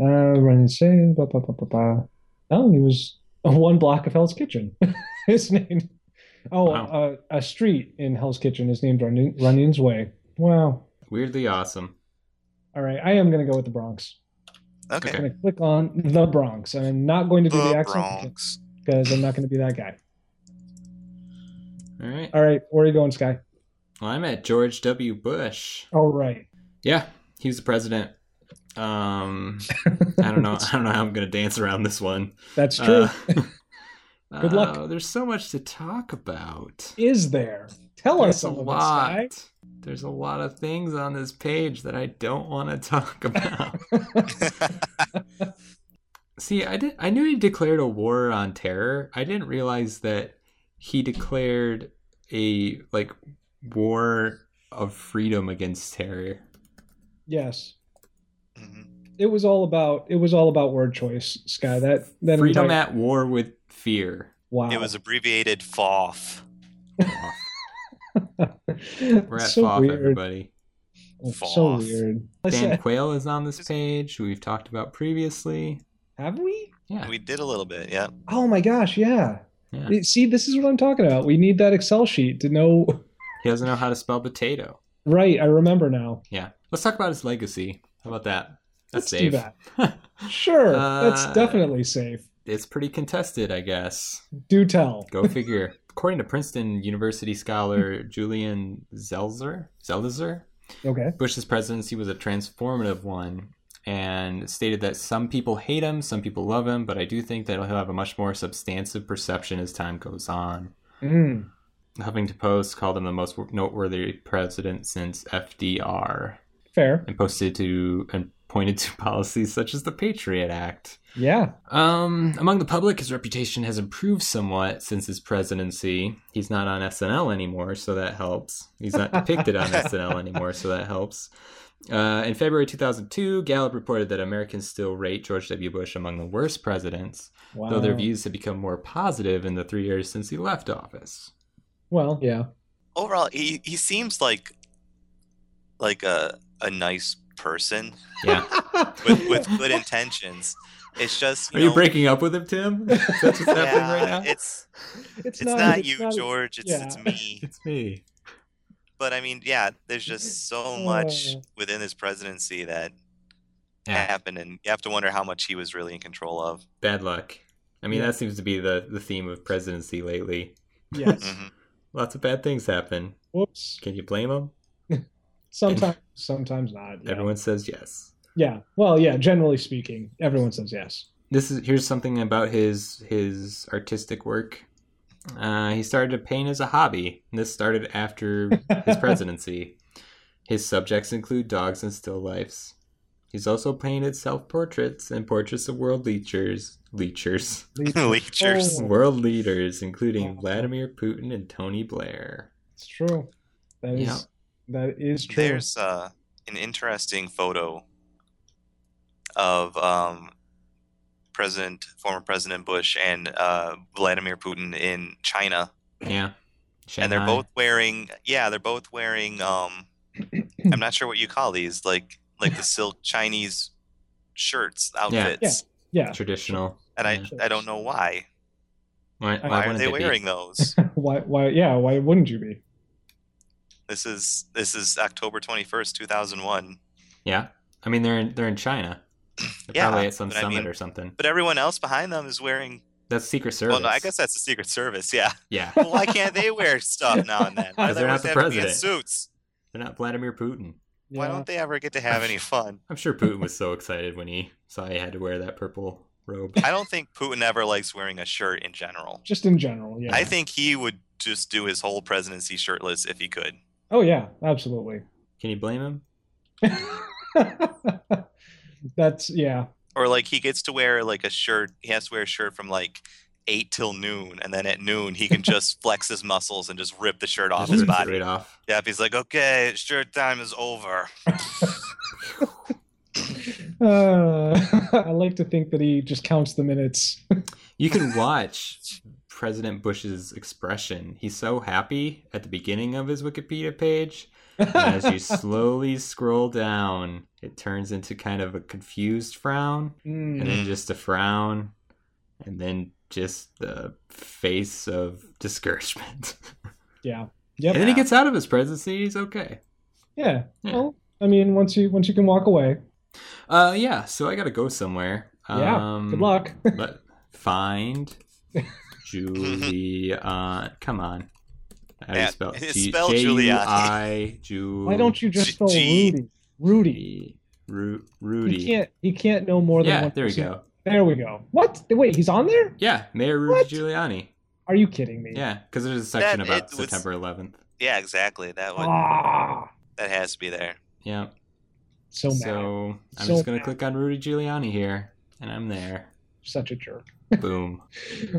[SPEAKER 3] Uh, Run insane. Blah, blah, blah, blah, blah. Oh, he was one block of Hell's Kitchen. His name. Oh,
[SPEAKER 2] Wow.
[SPEAKER 3] uh, a street in Hell's Kitchen is named Runyon, Runyon's Way. Wow.
[SPEAKER 2] Weirdly awesome.
[SPEAKER 3] All right, I am going to go with the Bronx.
[SPEAKER 1] Okay.
[SPEAKER 3] I'm going to click on the Bronx, and I'm not going to do the,
[SPEAKER 1] The
[SPEAKER 3] accent
[SPEAKER 1] Bronx.
[SPEAKER 3] because I'm not going to be that guy.
[SPEAKER 2] All right.
[SPEAKER 3] All right, where are you going, Sky?
[SPEAKER 2] Well, I'm at George W. Bush.
[SPEAKER 3] All right.
[SPEAKER 2] Yeah, he was the president. Um, I don't know. I don't know how I'm gonna dance around this one.
[SPEAKER 3] That's true.
[SPEAKER 2] Uh,
[SPEAKER 3] Good luck.
[SPEAKER 2] uh, there's so much to talk about.
[SPEAKER 3] is there? Tell us
[SPEAKER 2] There's a
[SPEAKER 3] some of it, Sky.
[SPEAKER 2] lot. There's a lot of things on this page that I don't want to talk about. See, I did. I knew he declared a war on terror. I didn't realize that he declared a like war of freedom against terror.
[SPEAKER 3] Yes.
[SPEAKER 1] Mhm.
[SPEAKER 3] It was all about it was all about word choice, Sky. That that
[SPEAKER 2] freedom
[SPEAKER 3] entire-
[SPEAKER 2] at war with fear.
[SPEAKER 3] wow.
[SPEAKER 1] It was abbreviated FOF.
[SPEAKER 2] We're
[SPEAKER 3] We're
[SPEAKER 2] at
[SPEAKER 3] so
[SPEAKER 2] FOF,
[SPEAKER 3] weird.
[SPEAKER 2] everybody.
[SPEAKER 3] It's So
[SPEAKER 1] Foff.
[SPEAKER 3] weird.
[SPEAKER 2] Dan
[SPEAKER 3] Listen,
[SPEAKER 2] Quayle is on this page, who we've talked about previously.
[SPEAKER 3] have we?
[SPEAKER 2] Yeah.
[SPEAKER 1] We did a little bit, yeah.
[SPEAKER 3] Oh my gosh, yeah.
[SPEAKER 2] Yeah.
[SPEAKER 3] It- See, this is what I'm talking about. We need that Excel sheet to know.
[SPEAKER 2] He doesn't know how to spell potato.
[SPEAKER 3] Right, I remember now.
[SPEAKER 2] Yeah. Let's talk about his legacy. How about that?
[SPEAKER 3] Let's
[SPEAKER 2] That's safe.
[SPEAKER 3] do that. sure,
[SPEAKER 2] Uh,
[SPEAKER 3] that's definitely safe.
[SPEAKER 2] It's pretty contested, I guess.
[SPEAKER 3] Do tell.
[SPEAKER 2] Go figure. According to Princeton University scholar Julian Zelzer, Zelzer,
[SPEAKER 3] Okay.
[SPEAKER 2] Bush's presidency was a transformative one and stated that some people hate him, some people love him, but I do think that he'll have a much more substantive perception as time goes on.
[SPEAKER 3] Mm.
[SPEAKER 2] The Huffington Post called him the most noteworthy president since FDR
[SPEAKER 3] Fair.
[SPEAKER 2] and posted to and pointed to policies such as the Patriot Act.
[SPEAKER 3] Yeah.
[SPEAKER 2] Um, among the public, his reputation has improved somewhat since his presidency. He's not on SNL anymore, so that helps. He's not depicted on SNL anymore, so that helps. Uh, in February 2002, Gallup reported that Americans still rate George W. Bush among the worst presidents,
[SPEAKER 3] Wow.
[SPEAKER 2] though their views have become more positive in the three years since he left office.
[SPEAKER 3] Well, yeah.
[SPEAKER 1] Overall, he, he seems like like a a nice person
[SPEAKER 2] Yeah.
[SPEAKER 1] with, with good intentions. It's just
[SPEAKER 2] Are
[SPEAKER 1] you
[SPEAKER 2] you
[SPEAKER 1] know,
[SPEAKER 2] breaking up with him, Tim? That's what's happening
[SPEAKER 1] yeah,
[SPEAKER 2] right now?
[SPEAKER 1] It's
[SPEAKER 3] it's,
[SPEAKER 1] it's not, you, George. It's it's
[SPEAKER 3] yeah.
[SPEAKER 1] me.
[SPEAKER 2] It's me.
[SPEAKER 1] But I mean, yeah, there's just so much
[SPEAKER 3] Uh.
[SPEAKER 1] within his presidency that
[SPEAKER 2] Yeah.
[SPEAKER 1] happened, and you have to wonder how much he was really in control of.
[SPEAKER 2] Bad luck. I mean,
[SPEAKER 3] Yeah.
[SPEAKER 2] that seems to be the, the theme of presidency lately.
[SPEAKER 3] Yes.
[SPEAKER 1] Mhm.
[SPEAKER 2] Lots of bad things happen.
[SPEAKER 3] Whoops.
[SPEAKER 2] Can you blame them?
[SPEAKER 3] Sometimes, sometimes not. Yeah.
[SPEAKER 2] Everyone says yes.
[SPEAKER 3] yeah. Well, yeah. Generally speaking, everyone says yes.
[SPEAKER 2] This is here's something about his his artistic work. Uh, he started to paint as a hobby. And this started after his presidency. His subjects include dogs and still lifes. He's also painted self portraits and portraits of world leaders, leaders,
[SPEAKER 1] Leechers.
[SPEAKER 3] Oh.
[SPEAKER 2] world leaders, including Vladimir Putin and Tony Blair.
[SPEAKER 3] It's true. That is
[SPEAKER 2] Yeah.
[SPEAKER 3] that is true.
[SPEAKER 1] There's uh an interesting photo of um, President, former President Bush, and uh, Vladimir Putin in China,
[SPEAKER 2] Yeah.
[SPEAKER 1] and they're
[SPEAKER 2] Shanghai.
[SPEAKER 1] both wearing. Yeah, they're both wearing. Um, I'm not sure what you call these, like like the silk Chinese shirts outfits,
[SPEAKER 3] Yeah.
[SPEAKER 2] traditional.
[SPEAKER 1] and I
[SPEAKER 2] Yeah.
[SPEAKER 1] I don't know why.
[SPEAKER 2] Why,
[SPEAKER 3] Why
[SPEAKER 1] Why are
[SPEAKER 2] wouldn't
[SPEAKER 1] they
[SPEAKER 2] it be?
[SPEAKER 1] wearing those?
[SPEAKER 3] Why? Why? Yeah. Why wouldn't you be?
[SPEAKER 1] This is this is October 21st, 2001.
[SPEAKER 2] Yeah, I mean they're in they're in China. They're
[SPEAKER 1] Yeah,
[SPEAKER 2] probably at some
[SPEAKER 1] but I
[SPEAKER 2] summit
[SPEAKER 1] mean-
[SPEAKER 2] or something.
[SPEAKER 1] But everyone else behind them is wearing.
[SPEAKER 2] That's Secret Service.
[SPEAKER 1] Well, no, I guess that's the Secret Service. Yeah.
[SPEAKER 2] yeah,
[SPEAKER 1] Well, why can't they wear stuff now and then? Why do
[SPEAKER 2] Because they're
[SPEAKER 1] they always
[SPEAKER 2] not the
[SPEAKER 1] have to be in
[SPEAKER 2] president.
[SPEAKER 1] suits?
[SPEAKER 2] they're not Vladimir Putin.
[SPEAKER 1] Why don't they ever get to have any fun?
[SPEAKER 2] I'm sure Putin was so excited when he saw he had to wear that purple robe.
[SPEAKER 1] I don't think Putin ever likes wearing a shirt in general.
[SPEAKER 3] Just in general. Yeah.
[SPEAKER 1] I think he would just do his whole presidency shirtless if he could.
[SPEAKER 3] oh yeah. Absolutely.
[SPEAKER 2] Can you blame him?
[SPEAKER 3] That's yeah.
[SPEAKER 1] Or like he gets to wear like a shirt. He has to wear a shirt from like eight till noon, and then at noon he can just flex his muscles and just rip the shirt off
[SPEAKER 2] Just
[SPEAKER 1] his
[SPEAKER 2] rips it
[SPEAKER 1] Oh, body.
[SPEAKER 2] right off.
[SPEAKER 1] Yep, he's like, okay, shirt time is over.
[SPEAKER 3] Uh, I like to think that he just counts the minutes.
[SPEAKER 2] You can watch President Bush's expression. He's so happy at the beginning of his Wikipedia page, And as you slowly scroll down, it turns into kind of a confused frown, and
[SPEAKER 3] Mm,
[SPEAKER 2] then just a frown, and then just the face of discouragement.
[SPEAKER 3] yeah.
[SPEAKER 2] and
[SPEAKER 3] Yep.
[SPEAKER 2] then he
[SPEAKER 1] Yeah.
[SPEAKER 2] gets out of his presidency. He's okay.
[SPEAKER 3] Yeah.
[SPEAKER 1] Hmm.
[SPEAKER 2] Yeah.
[SPEAKER 3] Well, I mean, once you once you can walk away.
[SPEAKER 2] Uh, yeah. So I gotta go somewhere.
[SPEAKER 3] Yeah,
[SPEAKER 2] Um,
[SPEAKER 3] Good luck.
[SPEAKER 2] but find Julie. Uh, come on. How do you
[SPEAKER 1] Yeah,
[SPEAKER 2] spell?
[SPEAKER 1] it's spelled Giuliani.
[SPEAKER 2] Ju-
[SPEAKER 3] Why don't you just
[SPEAKER 1] G-
[SPEAKER 3] spell
[SPEAKER 1] G-
[SPEAKER 3] Rudy? Rudy.
[SPEAKER 2] Rudy? Ru-
[SPEAKER 3] He
[SPEAKER 2] Rudy.
[SPEAKER 3] can't. He can't know more than
[SPEAKER 2] Yeah,
[SPEAKER 3] one.
[SPEAKER 2] there we
[SPEAKER 3] person.
[SPEAKER 2] go.
[SPEAKER 3] There we go. What? Wait, he's on there?
[SPEAKER 2] Yeah, Mayor Rudy
[SPEAKER 3] What?
[SPEAKER 2] Giuliani.
[SPEAKER 3] Are you kidding me?
[SPEAKER 2] Yeah, because there's a section
[SPEAKER 1] That-
[SPEAKER 2] about
[SPEAKER 1] it was-
[SPEAKER 2] September 11th.
[SPEAKER 1] Yeah, exactly. That one
[SPEAKER 3] Ah,
[SPEAKER 1] that has to be there.
[SPEAKER 2] Yeah.
[SPEAKER 3] so
[SPEAKER 2] So,
[SPEAKER 3] mad.
[SPEAKER 2] I'm
[SPEAKER 3] So
[SPEAKER 2] just going to
[SPEAKER 3] mad.
[SPEAKER 2] click on Rudy Giuliani here, and I'm there.
[SPEAKER 3] Such a jerk.
[SPEAKER 2] Boom.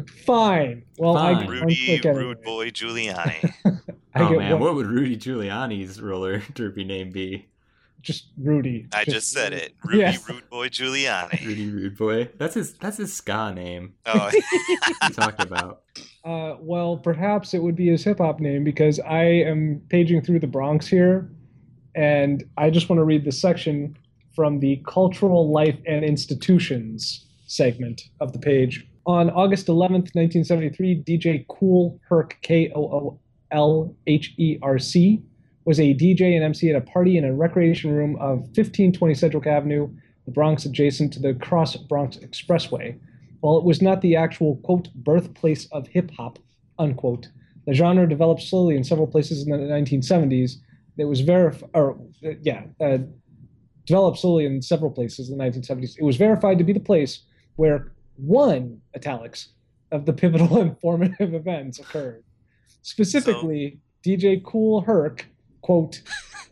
[SPEAKER 3] Fine. Well, I
[SPEAKER 2] Fine.
[SPEAKER 3] get one
[SPEAKER 1] Rudy,
[SPEAKER 3] click anyway.
[SPEAKER 1] rude boy Giuliani.
[SPEAKER 3] I
[SPEAKER 2] oh,
[SPEAKER 3] get
[SPEAKER 2] man.
[SPEAKER 3] one-
[SPEAKER 2] What would Rudy Giuliani's roller derby name be?
[SPEAKER 3] Just Rudy.
[SPEAKER 1] I just said it. Rudy,
[SPEAKER 3] Yeah.
[SPEAKER 1] rude boy Giuliani.
[SPEAKER 2] Rudy Rude Boy? That's his, that's his ska name
[SPEAKER 1] Oh,
[SPEAKER 2] we talked about.
[SPEAKER 3] Uh, well, perhaps it would be his hip hop name because I am paging through the Bronx here, and I just want to read this section from the Cultural Life and Institutions segment of the page. On August 11th, 1973, DJ Cool Herc, K O O L H E R C, was a DJ and MC at a party in a recreation room of 1520 Sedgwick Avenue, the Bronx adjacent to the Cross Bronx Expressway. While it was not the actual, quote, birthplace of hip hop, unquote, the genre developed slowly in several places in the 1970s. It was verified, or uh, yeah, uh, developed slowly in several places in the 1970s. It was verified to be the place where one italics of the pivotal and formative events occurred. Specifically, DJ Cool Herc, quote,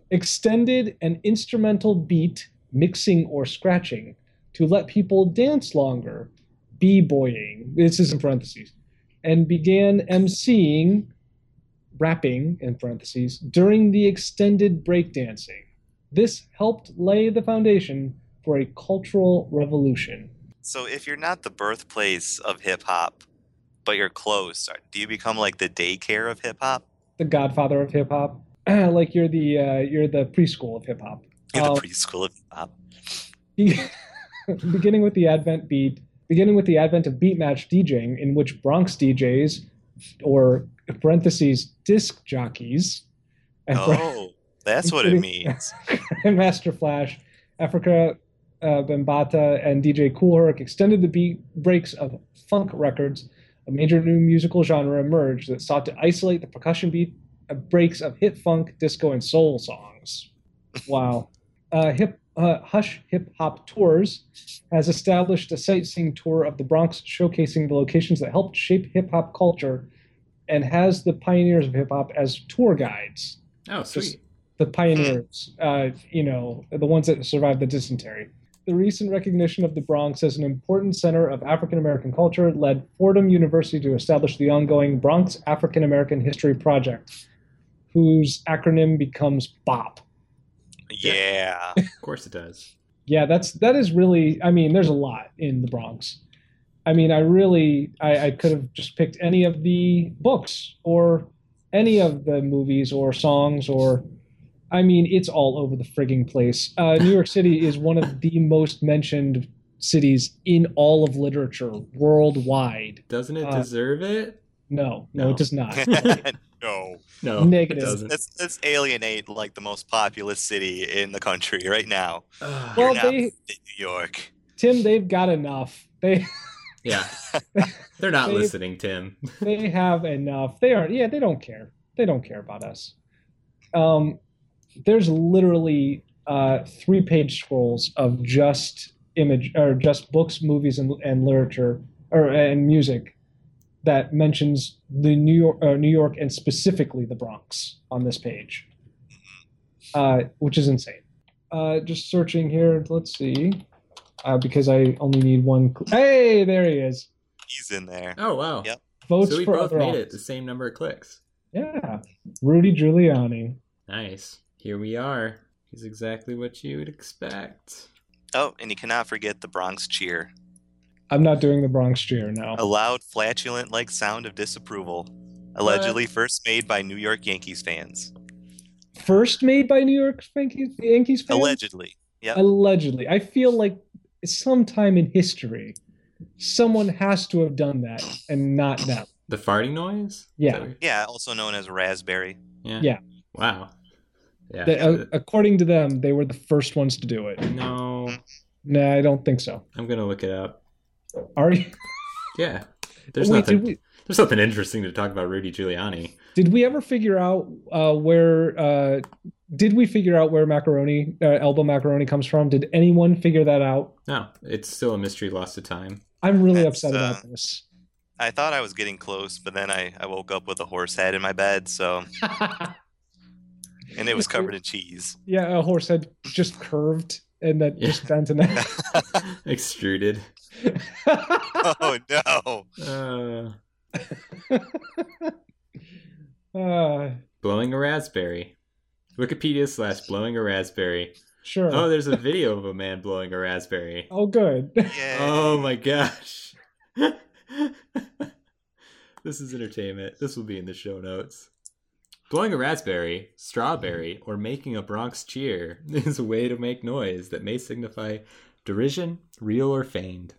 [SPEAKER 3] extended an instrumental beat, mixing or scratching, to let people dance longer, b-boying. This is in parentheses, and began emceeing, rapping in parentheses during the extended breakdancing. This helped lay the foundation for a cultural revolution.
[SPEAKER 1] so if you're not the birthplace of hip hop, but you're close, are- do you become like the daycare of hip hop?
[SPEAKER 3] The godfather of hip hop, like you're the uh, you're the preschool of hip hop.
[SPEAKER 1] You're
[SPEAKER 3] Oh.
[SPEAKER 1] the preschool of hip hop.
[SPEAKER 3] Be- Um, beginning with the advent beat, beginning with the advent of beat match DJing, in which Bronx DJs, or parentheses disc jockeys, and
[SPEAKER 1] Oh, that's what it means.
[SPEAKER 3] Master Flash, Africa uh, Bambata, and DJ Cool Herc extended the beat breaks of funk records. A major new musical genre emerged that sought to isolate the percussion beat uh, breaks of hit funk, disco, and soul songs. Wow. Uh, hip uh, Hush Hip Hop Tours has established a sightseeing tour of the Bronx, showcasing the locations that helped shape hip hop culture, and has the pioneers of hip hop as tour guides
[SPEAKER 2] Oh, sweet.
[SPEAKER 3] the pioneers, uh, you know, the ones that survived the dysentery. The recent recognition of the Bronx as an important center of African American culture led Fordham University to establish the ongoing Bronx African American History Project, whose acronym becomes BOP.
[SPEAKER 1] Yeah.
[SPEAKER 2] Of course it does.
[SPEAKER 3] Yeah, that's that is really. I mean, there's a lot in the Bronx. I mean, I really, I, I could have just picked any of the books or any of the movies or songs or, I mean, it's all over the frigging place. Uh, New York City is one of the most mentioned cities in all of literature worldwide.
[SPEAKER 2] Doesn't it
[SPEAKER 3] Uh,
[SPEAKER 2] deserve it?
[SPEAKER 3] No, no,
[SPEAKER 2] No.
[SPEAKER 3] it does not.
[SPEAKER 1] no.
[SPEAKER 2] No,
[SPEAKER 3] negative.
[SPEAKER 2] it doesn't.
[SPEAKER 1] Let's, let's alienate like the most populous city in the country right now.
[SPEAKER 2] Ugh.
[SPEAKER 3] Well,
[SPEAKER 1] You're not
[SPEAKER 3] they-
[SPEAKER 1] in New York.
[SPEAKER 3] Tim, they've got enough. They
[SPEAKER 2] yeah, they're not
[SPEAKER 3] They-
[SPEAKER 2] listening, Tim.
[SPEAKER 3] they have enough. They are yeah, they don't care. They don't care about us. Um, there's literally uh, three page scrolls of just image or just books, movies, and, and literature or and music that mentions the New York, uh, New York, and specifically the Bronx on this page, uh, which is insane. Uh, just searching here. Let's see. Uh, because I only need one. Cl- hey, there he is.
[SPEAKER 1] He's in there.
[SPEAKER 2] Oh wow!
[SPEAKER 1] Yep.
[SPEAKER 3] Votes
[SPEAKER 2] So we
[SPEAKER 3] for
[SPEAKER 2] both
[SPEAKER 3] other
[SPEAKER 2] made
[SPEAKER 3] office.
[SPEAKER 2] it the same number of clicks.
[SPEAKER 3] Yeah, Rudy Giuliani.
[SPEAKER 2] Nice. Here we are. Is exactly what you would expect.
[SPEAKER 1] Oh, and you cannot forget the Bronx cheer.
[SPEAKER 3] I'm not doing the Bronx cheer now.
[SPEAKER 1] A loud, flatulent like sound of disapproval. Allegedly first made by New York Yankees fans.
[SPEAKER 3] First made by New York Yankees, Yankees fans.
[SPEAKER 1] Allegedly. Yep.
[SPEAKER 3] Allegedly, I feel like sometime in history, someone has to have done that, and not them.
[SPEAKER 2] The farting noise. Is
[SPEAKER 3] Yeah.
[SPEAKER 2] that what-
[SPEAKER 1] Yeah, also known as raspberry.
[SPEAKER 2] Yeah.
[SPEAKER 3] Yeah.
[SPEAKER 2] Wow. Yeah.
[SPEAKER 3] That, uh, according to them, they were the first ones to do it.
[SPEAKER 2] no,
[SPEAKER 3] No, I don't think so.
[SPEAKER 2] I'm gonna look it up.
[SPEAKER 3] Are you?
[SPEAKER 2] Yeah. There's
[SPEAKER 3] Wait,
[SPEAKER 2] nothing.
[SPEAKER 3] Did we,
[SPEAKER 2] There's nothing interesting to talk about Rudy Giuliani.
[SPEAKER 3] did we ever figure out uh, where? Uh, did we figure out where macaroni, uh, elbow macaroni, comes from? Did anyone figure that out?
[SPEAKER 2] No, it's still a mystery lost to time.
[SPEAKER 3] I'm really
[SPEAKER 1] That's,
[SPEAKER 3] upset
[SPEAKER 1] uh,
[SPEAKER 3] about this.
[SPEAKER 1] I thought I was getting close, but then I, I woke up with a horse head in my bed, so and it was covered in cheese.
[SPEAKER 3] Yeah, a horse head just curved and that
[SPEAKER 2] Yeah.
[SPEAKER 3] just bent in that.
[SPEAKER 2] Extruded.
[SPEAKER 1] Oh no.
[SPEAKER 2] Uh,
[SPEAKER 3] uh,
[SPEAKER 2] blowing a raspberry. Wikipedia slash blowing a raspberry.
[SPEAKER 3] sure.
[SPEAKER 2] Oh,
[SPEAKER 3] Oh,
[SPEAKER 2] there's a video of a man blowing a raspberry.
[SPEAKER 3] good.
[SPEAKER 1] Yeah.
[SPEAKER 2] Oh my gosh. this is entertainment. This will be in the show notes. Blowing a raspberry, strawberry, or making a Bronx cheer is a way to make noise that may signify derision, real or feigned.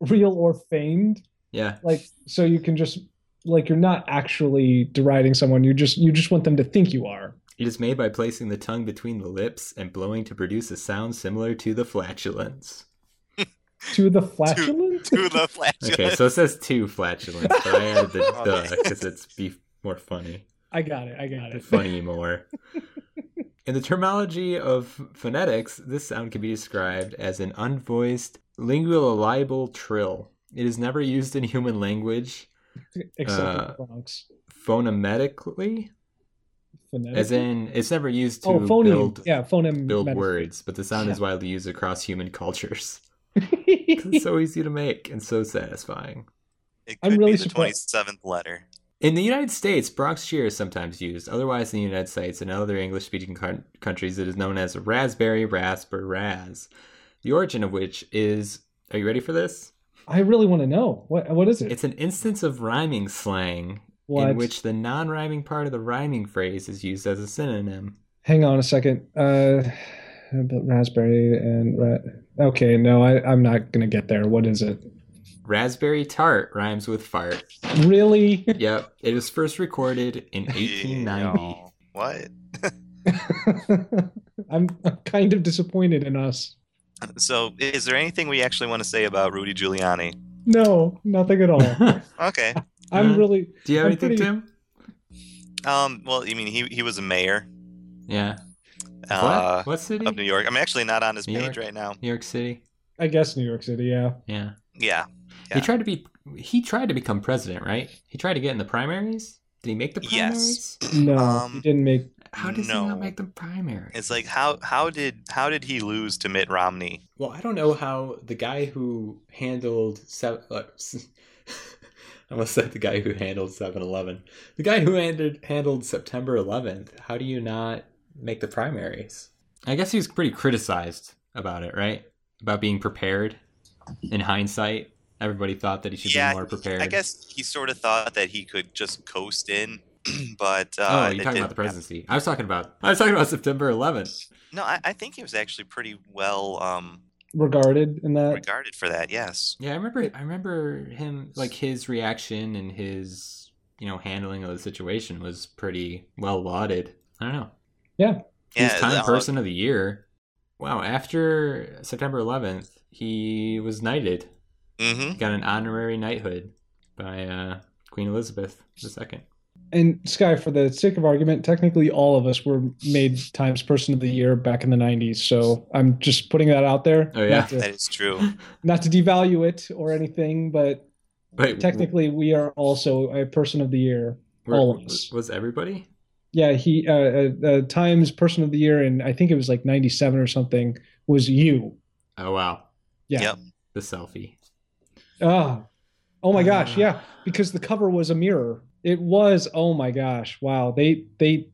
[SPEAKER 3] Real or feigned.
[SPEAKER 2] Yeah,
[SPEAKER 3] Like so you can just like you're not actually deriding someone, you just you just want them to think you are.
[SPEAKER 2] it is made by placing the tongue between the lips and blowing to produce a sound similar to the flatulence.
[SPEAKER 3] To the flatulent?
[SPEAKER 1] To the flatulent.
[SPEAKER 2] Okay, so it says two flatulence, but I added the
[SPEAKER 1] Okay.
[SPEAKER 2] duh because it's be more funny.
[SPEAKER 3] I got it, I got it.
[SPEAKER 2] funny more. In the terminology of phonetics, this sound can be described as an unvoiced lingualiable trill. It is never used in human language
[SPEAKER 3] Except
[SPEAKER 2] Uh,
[SPEAKER 3] for the Bronx.
[SPEAKER 2] phonemetically,
[SPEAKER 3] Phonetic.
[SPEAKER 2] as in it's never used to
[SPEAKER 3] oh, phoneme.
[SPEAKER 2] build
[SPEAKER 3] yeah, phoneme.
[SPEAKER 2] build
[SPEAKER 3] medicine.
[SPEAKER 2] words, but the sound is widely used across human cultures. 'Cause it's so easy to make and so satisfying.
[SPEAKER 1] It
[SPEAKER 3] I'm
[SPEAKER 1] could
[SPEAKER 3] really
[SPEAKER 1] be the twenty
[SPEAKER 3] surprised.
[SPEAKER 1] seventh letter.
[SPEAKER 2] In the United States, Bronx cheer is sometimes used. Otherwise, in the United States and other English-speaking coun- countries, it is known as raspberry, rasp, or raz. The origin of which is, are you ready for this?
[SPEAKER 3] I really want to know. What what is it?
[SPEAKER 2] It's an instance of rhyming slang
[SPEAKER 3] what?
[SPEAKER 2] in which the non-rhyming part of the rhyming phrase is used as a synonym.
[SPEAKER 3] Hang on a second. Uh, but raspberry and ra- okay, no, I, I'm not gonna get there. What is it?
[SPEAKER 2] Raspberry tart rhymes with fart.
[SPEAKER 3] Really?
[SPEAKER 2] yep, it was first recorded in 1890.
[SPEAKER 1] Yeah. What?
[SPEAKER 3] I'm, I'm kind of disappointed in us.
[SPEAKER 1] So, is there anything we actually want to say about Rudy Giuliani?
[SPEAKER 3] No, nothing at all.
[SPEAKER 1] Okay.
[SPEAKER 3] I'm
[SPEAKER 2] Uh,
[SPEAKER 3] really.
[SPEAKER 2] Do you have
[SPEAKER 3] I'm
[SPEAKER 2] anything,
[SPEAKER 3] pretty-
[SPEAKER 2] Tim?
[SPEAKER 1] Um. Well, I mean, he he was a mayor
[SPEAKER 2] Yeah.
[SPEAKER 1] uh,
[SPEAKER 2] what? What city?
[SPEAKER 1] of New York. I'm actually not on his
[SPEAKER 2] New
[SPEAKER 1] page
[SPEAKER 2] York.
[SPEAKER 1] right now.
[SPEAKER 2] New York City.
[SPEAKER 3] I guess New York City. Yeah.
[SPEAKER 2] Yeah.
[SPEAKER 1] Yeah.
[SPEAKER 2] He
[SPEAKER 1] Yeah.
[SPEAKER 2] tried to be. He tried to become president, right? He tried to get in the primaries. Did he make the primaries?
[SPEAKER 1] Yes.
[SPEAKER 3] No,
[SPEAKER 1] Um,
[SPEAKER 3] you didn't make.
[SPEAKER 2] How does he
[SPEAKER 1] No.
[SPEAKER 2] not make the primaries?
[SPEAKER 1] It's like how how did how did he lose to Mitt Romney?
[SPEAKER 2] well, I don't know how the guy who handled seven. Uh, I almost said the guy who handled 7-Eleven. The guy who handled, handled September 11th. How do you not make the primaries? I guess he's pretty criticized about it, right? About being prepared. In hindsight, everybody thought that he should
[SPEAKER 1] Yeah,
[SPEAKER 2] be more prepared.
[SPEAKER 1] I guess he sort of thought that he could just coast in, but
[SPEAKER 2] Oh,
[SPEAKER 1] uh,
[SPEAKER 2] you're
[SPEAKER 1] it
[SPEAKER 2] talking about
[SPEAKER 1] didn't
[SPEAKER 2] the presidency. I was talking about. I was talking about September 11th.
[SPEAKER 1] happen. No, I, I think he was actually pretty well um,
[SPEAKER 3] regarded in that.
[SPEAKER 1] regarded for that. Yes.
[SPEAKER 2] Yeah, I remember. I remember him like his reaction and his you know handling of the situation was pretty well lauded. I don't know.
[SPEAKER 1] Yeah. uh,
[SPEAKER 2] He's time
[SPEAKER 1] the-
[SPEAKER 2] person of the year. Wow. After September 11th, he was knighted.
[SPEAKER 1] Mhm.
[SPEAKER 2] He got an honorary knighthood by uh, Queen Elizabeth II.
[SPEAKER 3] And Sky, for the sake of argument, technically all of us were made Times Person of the Year back in the '90s. So I'm just putting that out there.
[SPEAKER 2] Oh, yeah.
[SPEAKER 3] Not to,
[SPEAKER 1] That is true.
[SPEAKER 3] not to devalue it or anything, but
[SPEAKER 2] Wait,
[SPEAKER 3] technically we are also a Person of the Year.
[SPEAKER 2] were-
[SPEAKER 3] all of us.
[SPEAKER 2] was everybody?
[SPEAKER 3] Yeah, he uh, uh, uh, Times Person of the Year, and I think it was like '97 or something. Was you?
[SPEAKER 2] Oh wow.
[SPEAKER 3] Yeah.
[SPEAKER 1] Yep.
[SPEAKER 2] The selfie.
[SPEAKER 3] Ah, oh my gosh,
[SPEAKER 2] Ah.
[SPEAKER 3] yeah. Because the cover was a mirror. It was. Oh my gosh, wow. They they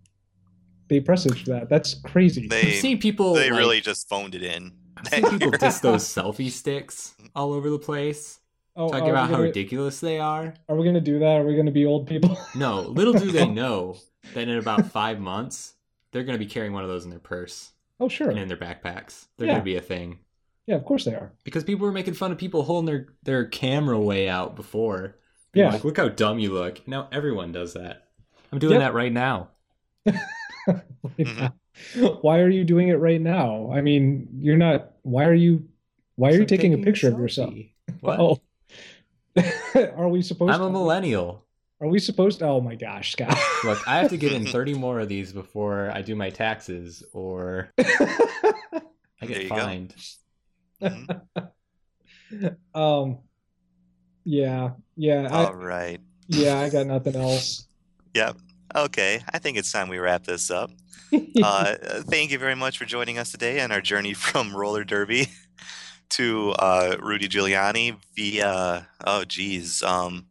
[SPEAKER 3] they presaged that. That's crazy.
[SPEAKER 2] I've
[SPEAKER 1] They
[SPEAKER 2] seen people.
[SPEAKER 1] they
[SPEAKER 2] like-
[SPEAKER 1] really just phoned it in.
[SPEAKER 2] I've seen people diss those selfie sticks all over the place,
[SPEAKER 3] oh,
[SPEAKER 2] talking
[SPEAKER 3] are
[SPEAKER 2] about
[SPEAKER 3] we
[SPEAKER 2] how
[SPEAKER 3] gonna-
[SPEAKER 2] ridiculous they are.
[SPEAKER 3] Are we gonna do that? Are we gonna be old people?
[SPEAKER 2] No, little do they know that in about five months, they're going to be carrying one of those in their purse
[SPEAKER 3] oh sure.
[SPEAKER 2] and in their backpacks. They're
[SPEAKER 3] Yeah.
[SPEAKER 2] going to be a thing
[SPEAKER 3] Yeah, of course they are.
[SPEAKER 2] because people were making fun of people holding their their camera way out before. Being
[SPEAKER 3] Yeah.
[SPEAKER 2] like look how dumb you look. Now everyone does that. I'm doing
[SPEAKER 3] Yep.
[SPEAKER 2] that right now.
[SPEAKER 1] Mhm.
[SPEAKER 2] Mm-hmm.
[SPEAKER 3] Why are you doing it right now? I mean, you're not. Why are you? Why are you
[SPEAKER 2] Stop
[SPEAKER 3] taking, a picture of yourself?
[SPEAKER 2] selfie. What?
[SPEAKER 3] Oh, are we supposed?
[SPEAKER 2] I'm a millennial.
[SPEAKER 3] Are we supposed? To, oh my gosh, Scott.
[SPEAKER 2] Look, I have to get in 30 more of these before I do my taxes, or I
[SPEAKER 1] There
[SPEAKER 2] get
[SPEAKER 1] you go.
[SPEAKER 2] fined.
[SPEAKER 1] Mhm.
[SPEAKER 3] um, yeah, yeah, I,
[SPEAKER 1] All right.
[SPEAKER 3] yeah. I got nothing else.
[SPEAKER 1] Okay. I think it's time we wrap this up. uh, thank you very much for joining us today on our journey from roller derby to uh, Rudy Giuliani via oh geez, um,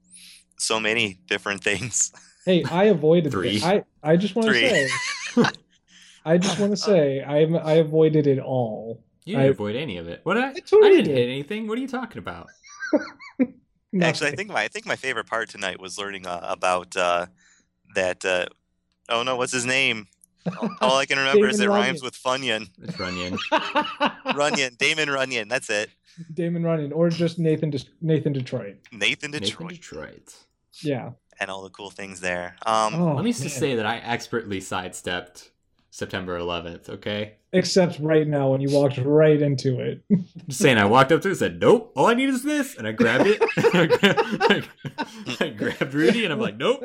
[SPEAKER 1] so many different things.
[SPEAKER 3] Hey, I avoided
[SPEAKER 2] Three.
[SPEAKER 3] It. I I just want to
[SPEAKER 1] Three.
[SPEAKER 3] say, I just want to say, I am I avoided it all.
[SPEAKER 2] You didn't
[SPEAKER 3] I-
[SPEAKER 2] avoid any of it. What I,
[SPEAKER 3] I totally
[SPEAKER 2] I didn't
[SPEAKER 3] did.
[SPEAKER 2] hit anything. What are you talking about?
[SPEAKER 1] Actually, I think my I think my favorite part tonight was learning uh, about uh, that. Uh, oh no, what's his name? All I can remember is it
[SPEAKER 3] Damon
[SPEAKER 1] rhymes
[SPEAKER 3] Runyon.
[SPEAKER 1] with Funyun.
[SPEAKER 2] It's Runyon.
[SPEAKER 3] Nothing.
[SPEAKER 1] Runyon, Damon Runyon. That's it.
[SPEAKER 3] Damon Runyon, or just Nathan Des- Nathan Detroit.
[SPEAKER 1] Nathan Detroit
[SPEAKER 2] Nathan Detroit.
[SPEAKER 3] Yeah.
[SPEAKER 1] and all the cool things there. Um,
[SPEAKER 3] Oh,
[SPEAKER 2] Let me
[SPEAKER 3] man.
[SPEAKER 2] just say that I expertly sidestepped September 11th, okay?
[SPEAKER 3] Except right now when you walked right into it.
[SPEAKER 2] I'm just saying, I walked up to it and said, nope, all I need is this. And I grabbed it. I, grabbed, I grabbed Rudy and I'm like, nope.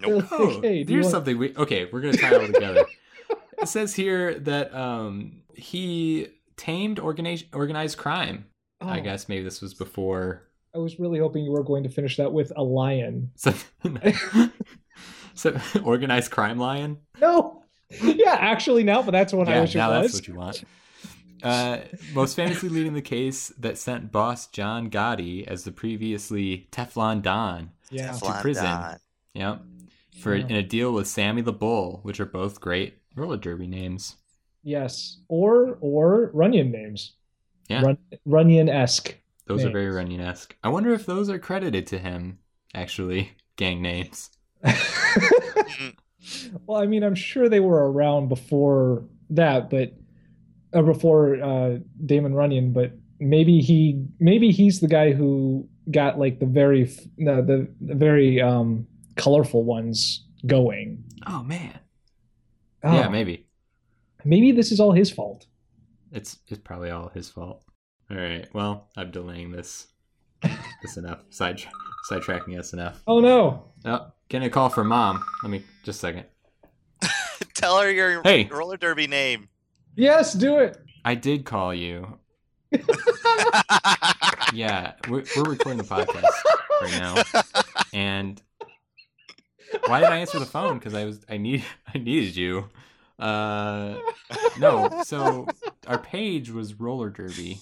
[SPEAKER 1] Nope.
[SPEAKER 3] Like,
[SPEAKER 2] Oh,
[SPEAKER 3] hey, do you
[SPEAKER 2] here's
[SPEAKER 3] want-
[SPEAKER 2] something we okay. We're gonna tie it all together. it says here that um, he tamed organized organized crime. I
[SPEAKER 3] Oh,
[SPEAKER 2] guess maybe this was before.
[SPEAKER 3] I was really hoping you were going to finish that with a lion.
[SPEAKER 2] So, so organized crime lion.
[SPEAKER 3] No. Yeah, actually now, but that's what I
[SPEAKER 2] yeah,
[SPEAKER 3] wish it
[SPEAKER 2] now
[SPEAKER 3] was.
[SPEAKER 2] that's what you want. Uh, most famously leading the case that sent boss John Gotti as the previously Teflon Don.
[SPEAKER 3] yeah.
[SPEAKER 2] to prison. Yep. For
[SPEAKER 3] Yeah.
[SPEAKER 2] in a deal with Sammy the Bull, which are both great roller derby names.
[SPEAKER 3] Yes. Or or Runyon names.
[SPEAKER 2] Yeah.
[SPEAKER 3] Run, Runyon esque.
[SPEAKER 2] Those are very
[SPEAKER 3] names.
[SPEAKER 2] Runyon esque. I wonder if those are credited to him, actually, gang names. Mm-hmm.
[SPEAKER 3] well, I mean, I'm sure they were around before that, but uh, before uh, Damon Runyon, but maybe he maybe he's the guy who got like the very f- no, the, the very um, colorful ones going.
[SPEAKER 2] Oh, man.
[SPEAKER 3] Oh,
[SPEAKER 2] Yeah, maybe.
[SPEAKER 3] maybe this is all his fault.
[SPEAKER 2] It's it's probably all his fault. All right. Well, I'm delaying this. this enough. Side sidetracking us enough.
[SPEAKER 3] Oh no.
[SPEAKER 2] Oh, getting a call from mom. Let me just a second.
[SPEAKER 1] Tell her your
[SPEAKER 2] Hey.
[SPEAKER 1] roller derby name.
[SPEAKER 3] Yes, do it.
[SPEAKER 2] I did call you. Yeah, we're, we're recording the podcast right now, and why did I answer the phone? Because I was I need I needed you. Uh, no, so our page was roller derby,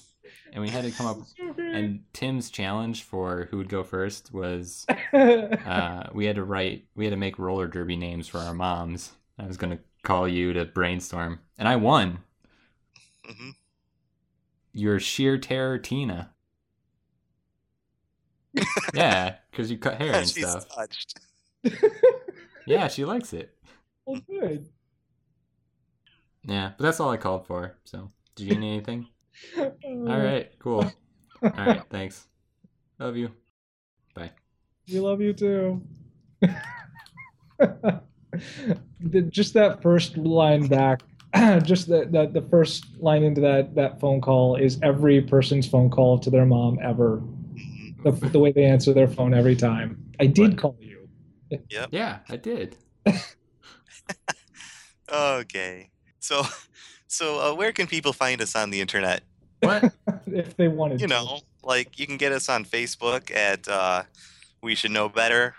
[SPEAKER 2] and we had to come up. Oh, And Tim's challenge for who would go first was uh, we had to write, we had to make roller derby names for our moms. I was going to call you to brainstorm, and I won.
[SPEAKER 1] hmm
[SPEAKER 2] Your sheer terror, Tina. yeah, because you cut hair and
[SPEAKER 1] She's
[SPEAKER 2] stuff.
[SPEAKER 1] touched.
[SPEAKER 2] Yeah, she likes it.
[SPEAKER 3] Well, good.
[SPEAKER 2] Yeah, but that's all I called for. So, did you need anything?
[SPEAKER 3] All
[SPEAKER 2] all right, cool. All right, thanks. Love you.
[SPEAKER 3] We love you too. The- just that first line back, just that the, the first line into that, that phone call is every person's phone call to their mom ever.
[SPEAKER 1] Mhm.
[SPEAKER 3] The, the way they answer their phone every time. I did
[SPEAKER 2] Right.
[SPEAKER 3] call you.
[SPEAKER 2] Yeah, I did.
[SPEAKER 1] Okay. So, so uh, where can people find us on the internet?
[SPEAKER 2] What?
[SPEAKER 3] If they wanted
[SPEAKER 1] You
[SPEAKER 3] to.
[SPEAKER 1] know, like you can get us on Facebook at uh, We Should Know Better,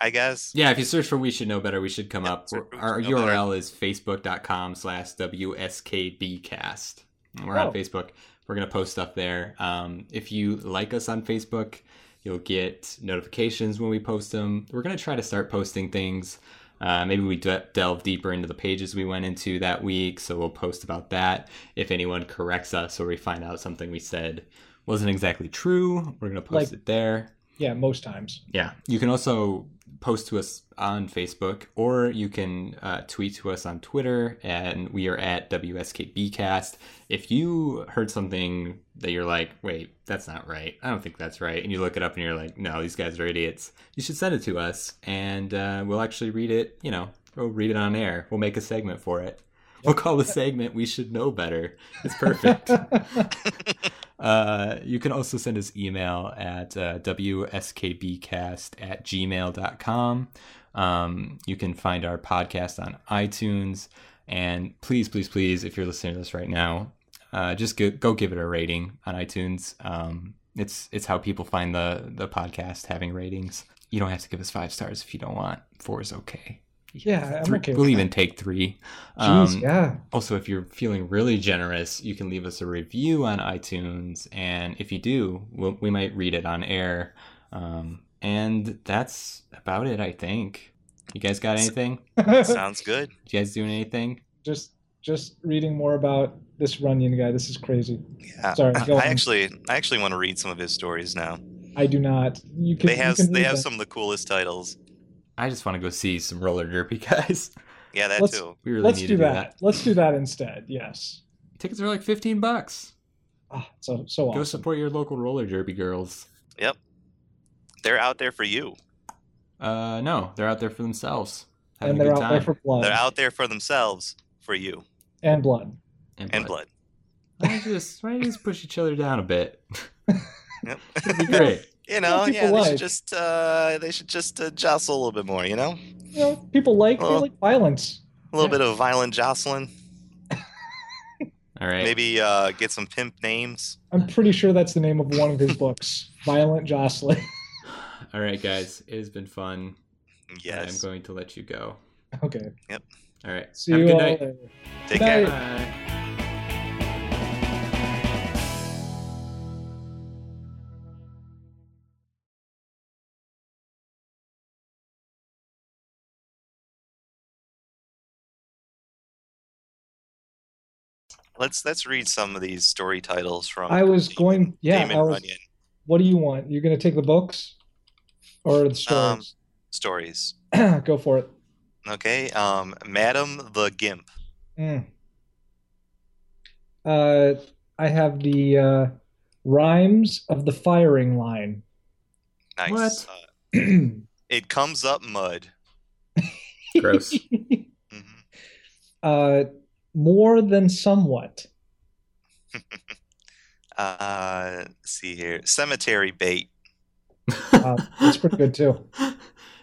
[SPEAKER 1] I guess.
[SPEAKER 2] Yeah, if you search for We Should Know Better, we should come
[SPEAKER 1] Yeah,
[SPEAKER 2] up.
[SPEAKER 1] search for We
[SPEAKER 2] Our
[SPEAKER 1] Should Know
[SPEAKER 2] URL is facebook.com slash WSKBcast. And We're
[SPEAKER 3] Oh.
[SPEAKER 2] on Facebook. We're going to post stuff there. Um, if you like us on Facebook, you'll get notifications when we post them. We're going to try to start posting things. Uh, maybe we de- delve deeper into the pages we went into that week, so we'll post about that. If anyone corrects us or we find out something we said wasn't exactly true, we're going to post
[SPEAKER 3] Like-
[SPEAKER 2] it there.
[SPEAKER 3] Yeah, most times.
[SPEAKER 2] Yeah. You can also post to us on Facebook or you can uh, tweet to us on Twitter and we are at WSKBcast. If you heard something that you're like, wait, that's not right. I don't think that's right. And you look it up and you're like, no, these guys are idiots. You should send it to us and uh, we'll actually read it, you know, we'll read it on air. We'll make a segment for it. We'll call the segment We Should Know Better. It's perfect. Uh, you can also send us email at uh, wskbcast at gmail.com. Um, you can find our podcast on iTunes. And please, please, please, if you're listening to this right now, uh, just go, go give it a rating on iTunes. Um, it's it's how people find the, the podcast having ratings. You don't have to give us five stars if you don't want. Four is okay.
[SPEAKER 3] Yeah, I'm
[SPEAKER 2] Three-
[SPEAKER 3] okay with
[SPEAKER 2] we'll even take three.
[SPEAKER 3] Jeez,
[SPEAKER 2] Um,
[SPEAKER 3] yeah.
[SPEAKER 2] also, if you're feeling really generous, you can leave us a review on iTunes, and if you do, we'll, we might read it on air. Um, and that's about it, I think. You guys got anything? uh,
[SPEAKER 1] Sounds good.
[SPEAKER 2] You guys doing anything?
[SPEAKER 3] just just reading more about this Runyon guy. This is crazy.
[SPEAKER 1] Yeah.
[SPEAKER 3] Sorry, go on.
[SPEAKER 1] I actually, I actually want to read some of his stories now.
[SPEAKER 3] I do not. You can.
[SPEAKER 1] They
[SPEAKER 3] you
[SPEAKER 1] have,
[SPEAKER 3] can
[SPEAKER 1] they
[SPEAKER 3] read
[SPEAKER 1] have
[SPEAKER 3] them.
[SPEAKER 1] some of the coolest titles.
[SPEAKER 2] I just want to go see some roller derby, guys.
[SPEAKER 1] Yeah, that
[SPEAKER 3] Let's-
[SPEAKER 1] too.
[SPEAKER 2] We really
[SPEAKER 3] Let's
[SPEAKER 2] need
[SPEAKER 3] do,
[SPEAKER 2] to do
[SPEAKER 3] that.
[SPEAKER 2] that.
[SPEAKER 3] Let's do that instead. Yes.
[SPEAKER 2] Tickets are like fifteen bucks.
[SPEAKER 3] Ah, so so
[SPEAKER 2] Go
[SPEAKER 3] awesome.
[SPEAKER 2] support your local roller derby girls.
[SPEAKER 1] They're out there for you.
[SPEAKER 2] Uh, no, they're out there for themselves, having
[SPEAKER 3] and
[SPEAKER 2] a
[SPEAKER 3] they're
[SPEAKER 2] good
[SPEAKER 3] out
[SPEAKER 2] time
[SPEAKER 3] there for blood
[SPEAKER 1] They're out there for themselves, for you,
[SPEAKER 3] and blood.
[SPEAKER 1] and blood.
[SPEAKER 2] Why don't you just why don't you just push each other down a bit?
[SPEAKER 1] Yep.
[SPEAKER 2] It'd be great.
[SPEAKER 1] You know,
[SPEAKER 3] people
[SPEAKER 1] yeah, they
[SPEAKER 3] like.
[SPEAKER 1] should just, uh, they should just uh, jostle a little bit more. You know, a
[SPEAKER 3] You know, people like
[SPEAKER 1] Well-
[SPEAKER 3] they like violence.
[SPEAKER 1] little
[SPEAKER 3] Yeah.
[SPEAKER 1] bit of violent jostling.
[SPEAKER 2] All right.
[SPEAKER 1] Maybe uh, get some pimp names.
[SPEAKER 3] I'm pretty sure that's the name of one of his books, Violent Jocelyn.
[SPEAKER 2] All right, guys. It has been fun. I'm
[SPEAKER 1] Yes.
[SPEAKER 2] going to let you go.
[SPEAKER 3] okay.
[SPEAKER 2] All right.
[SPEAKER 3] See
[SPEAKER 2] Have a
[SPEAKER 3] you
[SPEAKER 2] good
[SPEAKER 3] all
[SPEAKER 2] night.
[SPEAKER 3] later.
[SPEAKER 1] Take
[SPEAKER 3] Night.
[SPEAKER 1] care.
[SPEAKER 2] Bye.
[SPEAKER 1] Let's let's read some of these story titles from.
[SPEAKER 3] I was going. Yeah.
[SPEAKER 1] Damon
[SPEAKER 3] I was,
[SPEAKER 1] Runyon
[SPEAKER 3] what do you want? You're going to take the books or the
[SPEAKER 1] Um,
[SPEAKER 3] stories?
[SPEAKER 1] stories.
[SPEAKER 3] Go for it.
[SPEAKER 1] Okay, um, Madam the Gimp.
[SPEAKER 3] Mm. Uh, I have the uh, rhymes of the firing line.
[SPEAKER 1] Nice.
[SPEAKER 2] What?
[SPEAKER 1] Uh, it comes up mud.
[SPEAKER 2] Gross.
[SPEAKER 1] Mhm.
[SPEAKER 3] uh, more than somewhat.
[SPEAKER 1] Uh, let's see here, cemetery bait.
[SPEAKER 3] Uh, that's pretty good too.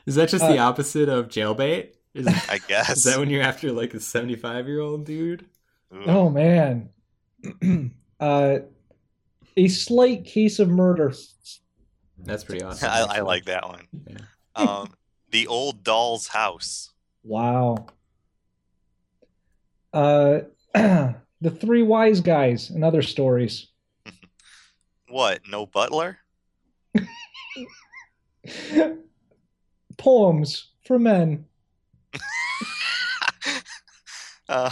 [SPEAKER 2] Is that just
[SPEAKER 3] Uh,
[SPEAKER 2] the opposite of jailbait? Is,
[SPEAKER 1] I
[SPEAKER 2] is
[SPEAKER 1] guess.
[SPEAKER 2] that when you're after like a 75 year old dude?
[SPEAKER 1] Ooh,
[SPEAKER 3] Oh man. uh, a slight case of murder.
[SPEAKER 2] That's pretty awesome.
[SPEAKER 1] I, I
[SPEAKER 2] actually.
[SPEAKER 1] like that one.
[SPEAKER 2] Yeah.
[SPEAKER 1] Um, the old doll's house.
[SPEAKER 3] Wow. Uh, the three wise guys and other stories.
[SPEAKER 1] What? No butler?
[SPEAKER 3] Poems for men.
[SPEAKER 1] Um,